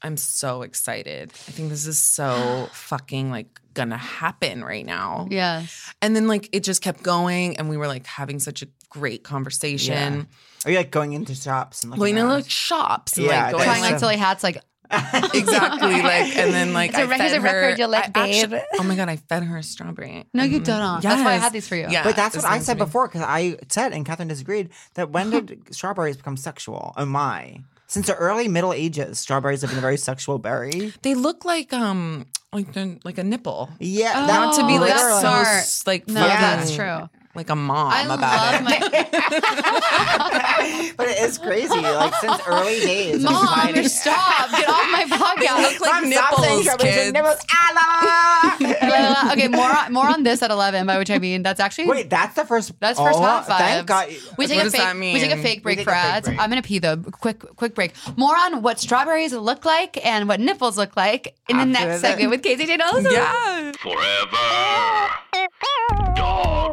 Speaker 4: I'm so excited. I think this
Speaker 3: (gasps)
Speaker 4: is so fucking like gonna happen right now.
Speaker 3: yes.
Speaker 4: And then like it just kept going, and we were like having such a great conversation,
Speaker 2: Are you like going into shops and looking
Speaker 4: going to
Speaker 2: around?
Speaker 4: like shops, and
Speaker 2: Yeah,
Speaker 4: like
Speaker 2: that's
Speaker 4: going
Speaker 3: Trying
Speaker 2: so-
Speaker 3: like silly hats, like
Speaker 4: (laughs) exactly like, and
Speaker 3: (laughs)
Speaker 4: then like
Speaker 5: It's a
Speaker 4: I
Speaker 5: rec-
Speaker 4: fed
Speaker 5: it's a
Speaker 4: her-
Speaker 5: record you'll like,
Speaker 4: I actu-
Speaker 5: babe.
Speaker 4: oh my god, I fed her a strawberry.
Speaker 3: no, you
Speaker 4: Mhm.
Speaker 3: don't. Mm-hmm. That's why I
Speaker 4: Yes.
Speaker 3: had these for you.
Speaker 4: Yeah,
Speaker 2: But that's
Speaker 4: this
Speaker 2: what I
Speaker 4: one's
Speaker 2: said
Speaker 4: me.
Speaker 2: before because I said and Catherine disagreed that when did
Speaker 3: (laughs)
Speaker 2: strawberries become sexual? Oh my! Since the early Middle Ages, strawberries have been a very sexual berry.
Speaker 4: They look like um like they're- like a nipple.
Speaker 2: Yeah,
Speaker 3: Oh,
Speaker 2: that
Speaker 4: Not to be like
Speaker 3: that's
Speaker 4: so
Speaker 3: smart.
Speaker 4: s- like
Speaker 3: No,
Speaker 4: fucking-
Speaker 3: that's true.
Speaker 4: Like a mom
Speaker 3: I
Speaker 4: about
Speaker 3: love
Speaker 2: (laughs)
Speaker 4: it.
Speaker 3: my
Speaker 2: (laughs) but it is crazy. Like since early days, of
Speaker 3: mom.
Speaker 2: society-
Speaker 3: Or stop! Get off
Speaker 2: (laughs)
Speaker 3: my podcast.
Speaker 4: look like
Speaker 2: Mom, stop saying
Speaker 4: nipples,
Speaker 2: strawberries and
Speaker 4: kids.
Speaker 2: nipples. Ah, la, la, la, la.
Speaker 3: Blah, blah, blah. okay, more on, more on this at eleven. By which I mean that's actually
Speaker 2: (laughs) Wait, that's the first.
Speaker 3: That's first
Speaker 2: oh,
Speaker 3: hot five.
Speaker 2: Thank God.
Speaker 3: We take
Speaker 4: What
Speaker 3: a
Speaker 4: does
Speaker 3: fake.
Speaker 4: that
Speaker 3: We take a
Speaker 4: mean?
Speaker 3: fake break
Speaker 2: take
Speaker 3: for
Speaker 2: a fake
Speaker 3: ads.
Speaker 2: break.
Speaker 3: I'm gonna pee though. Quick, quick break. More on what strawberries look like and what nipples look like in the
Speaker 2: After
Speaker 3: next
Speaker 2: that.
Speaker 3: segment with Casey Jane Olsen.
Speaker 4: Yeah.
Speaker 6: Forever. Dog.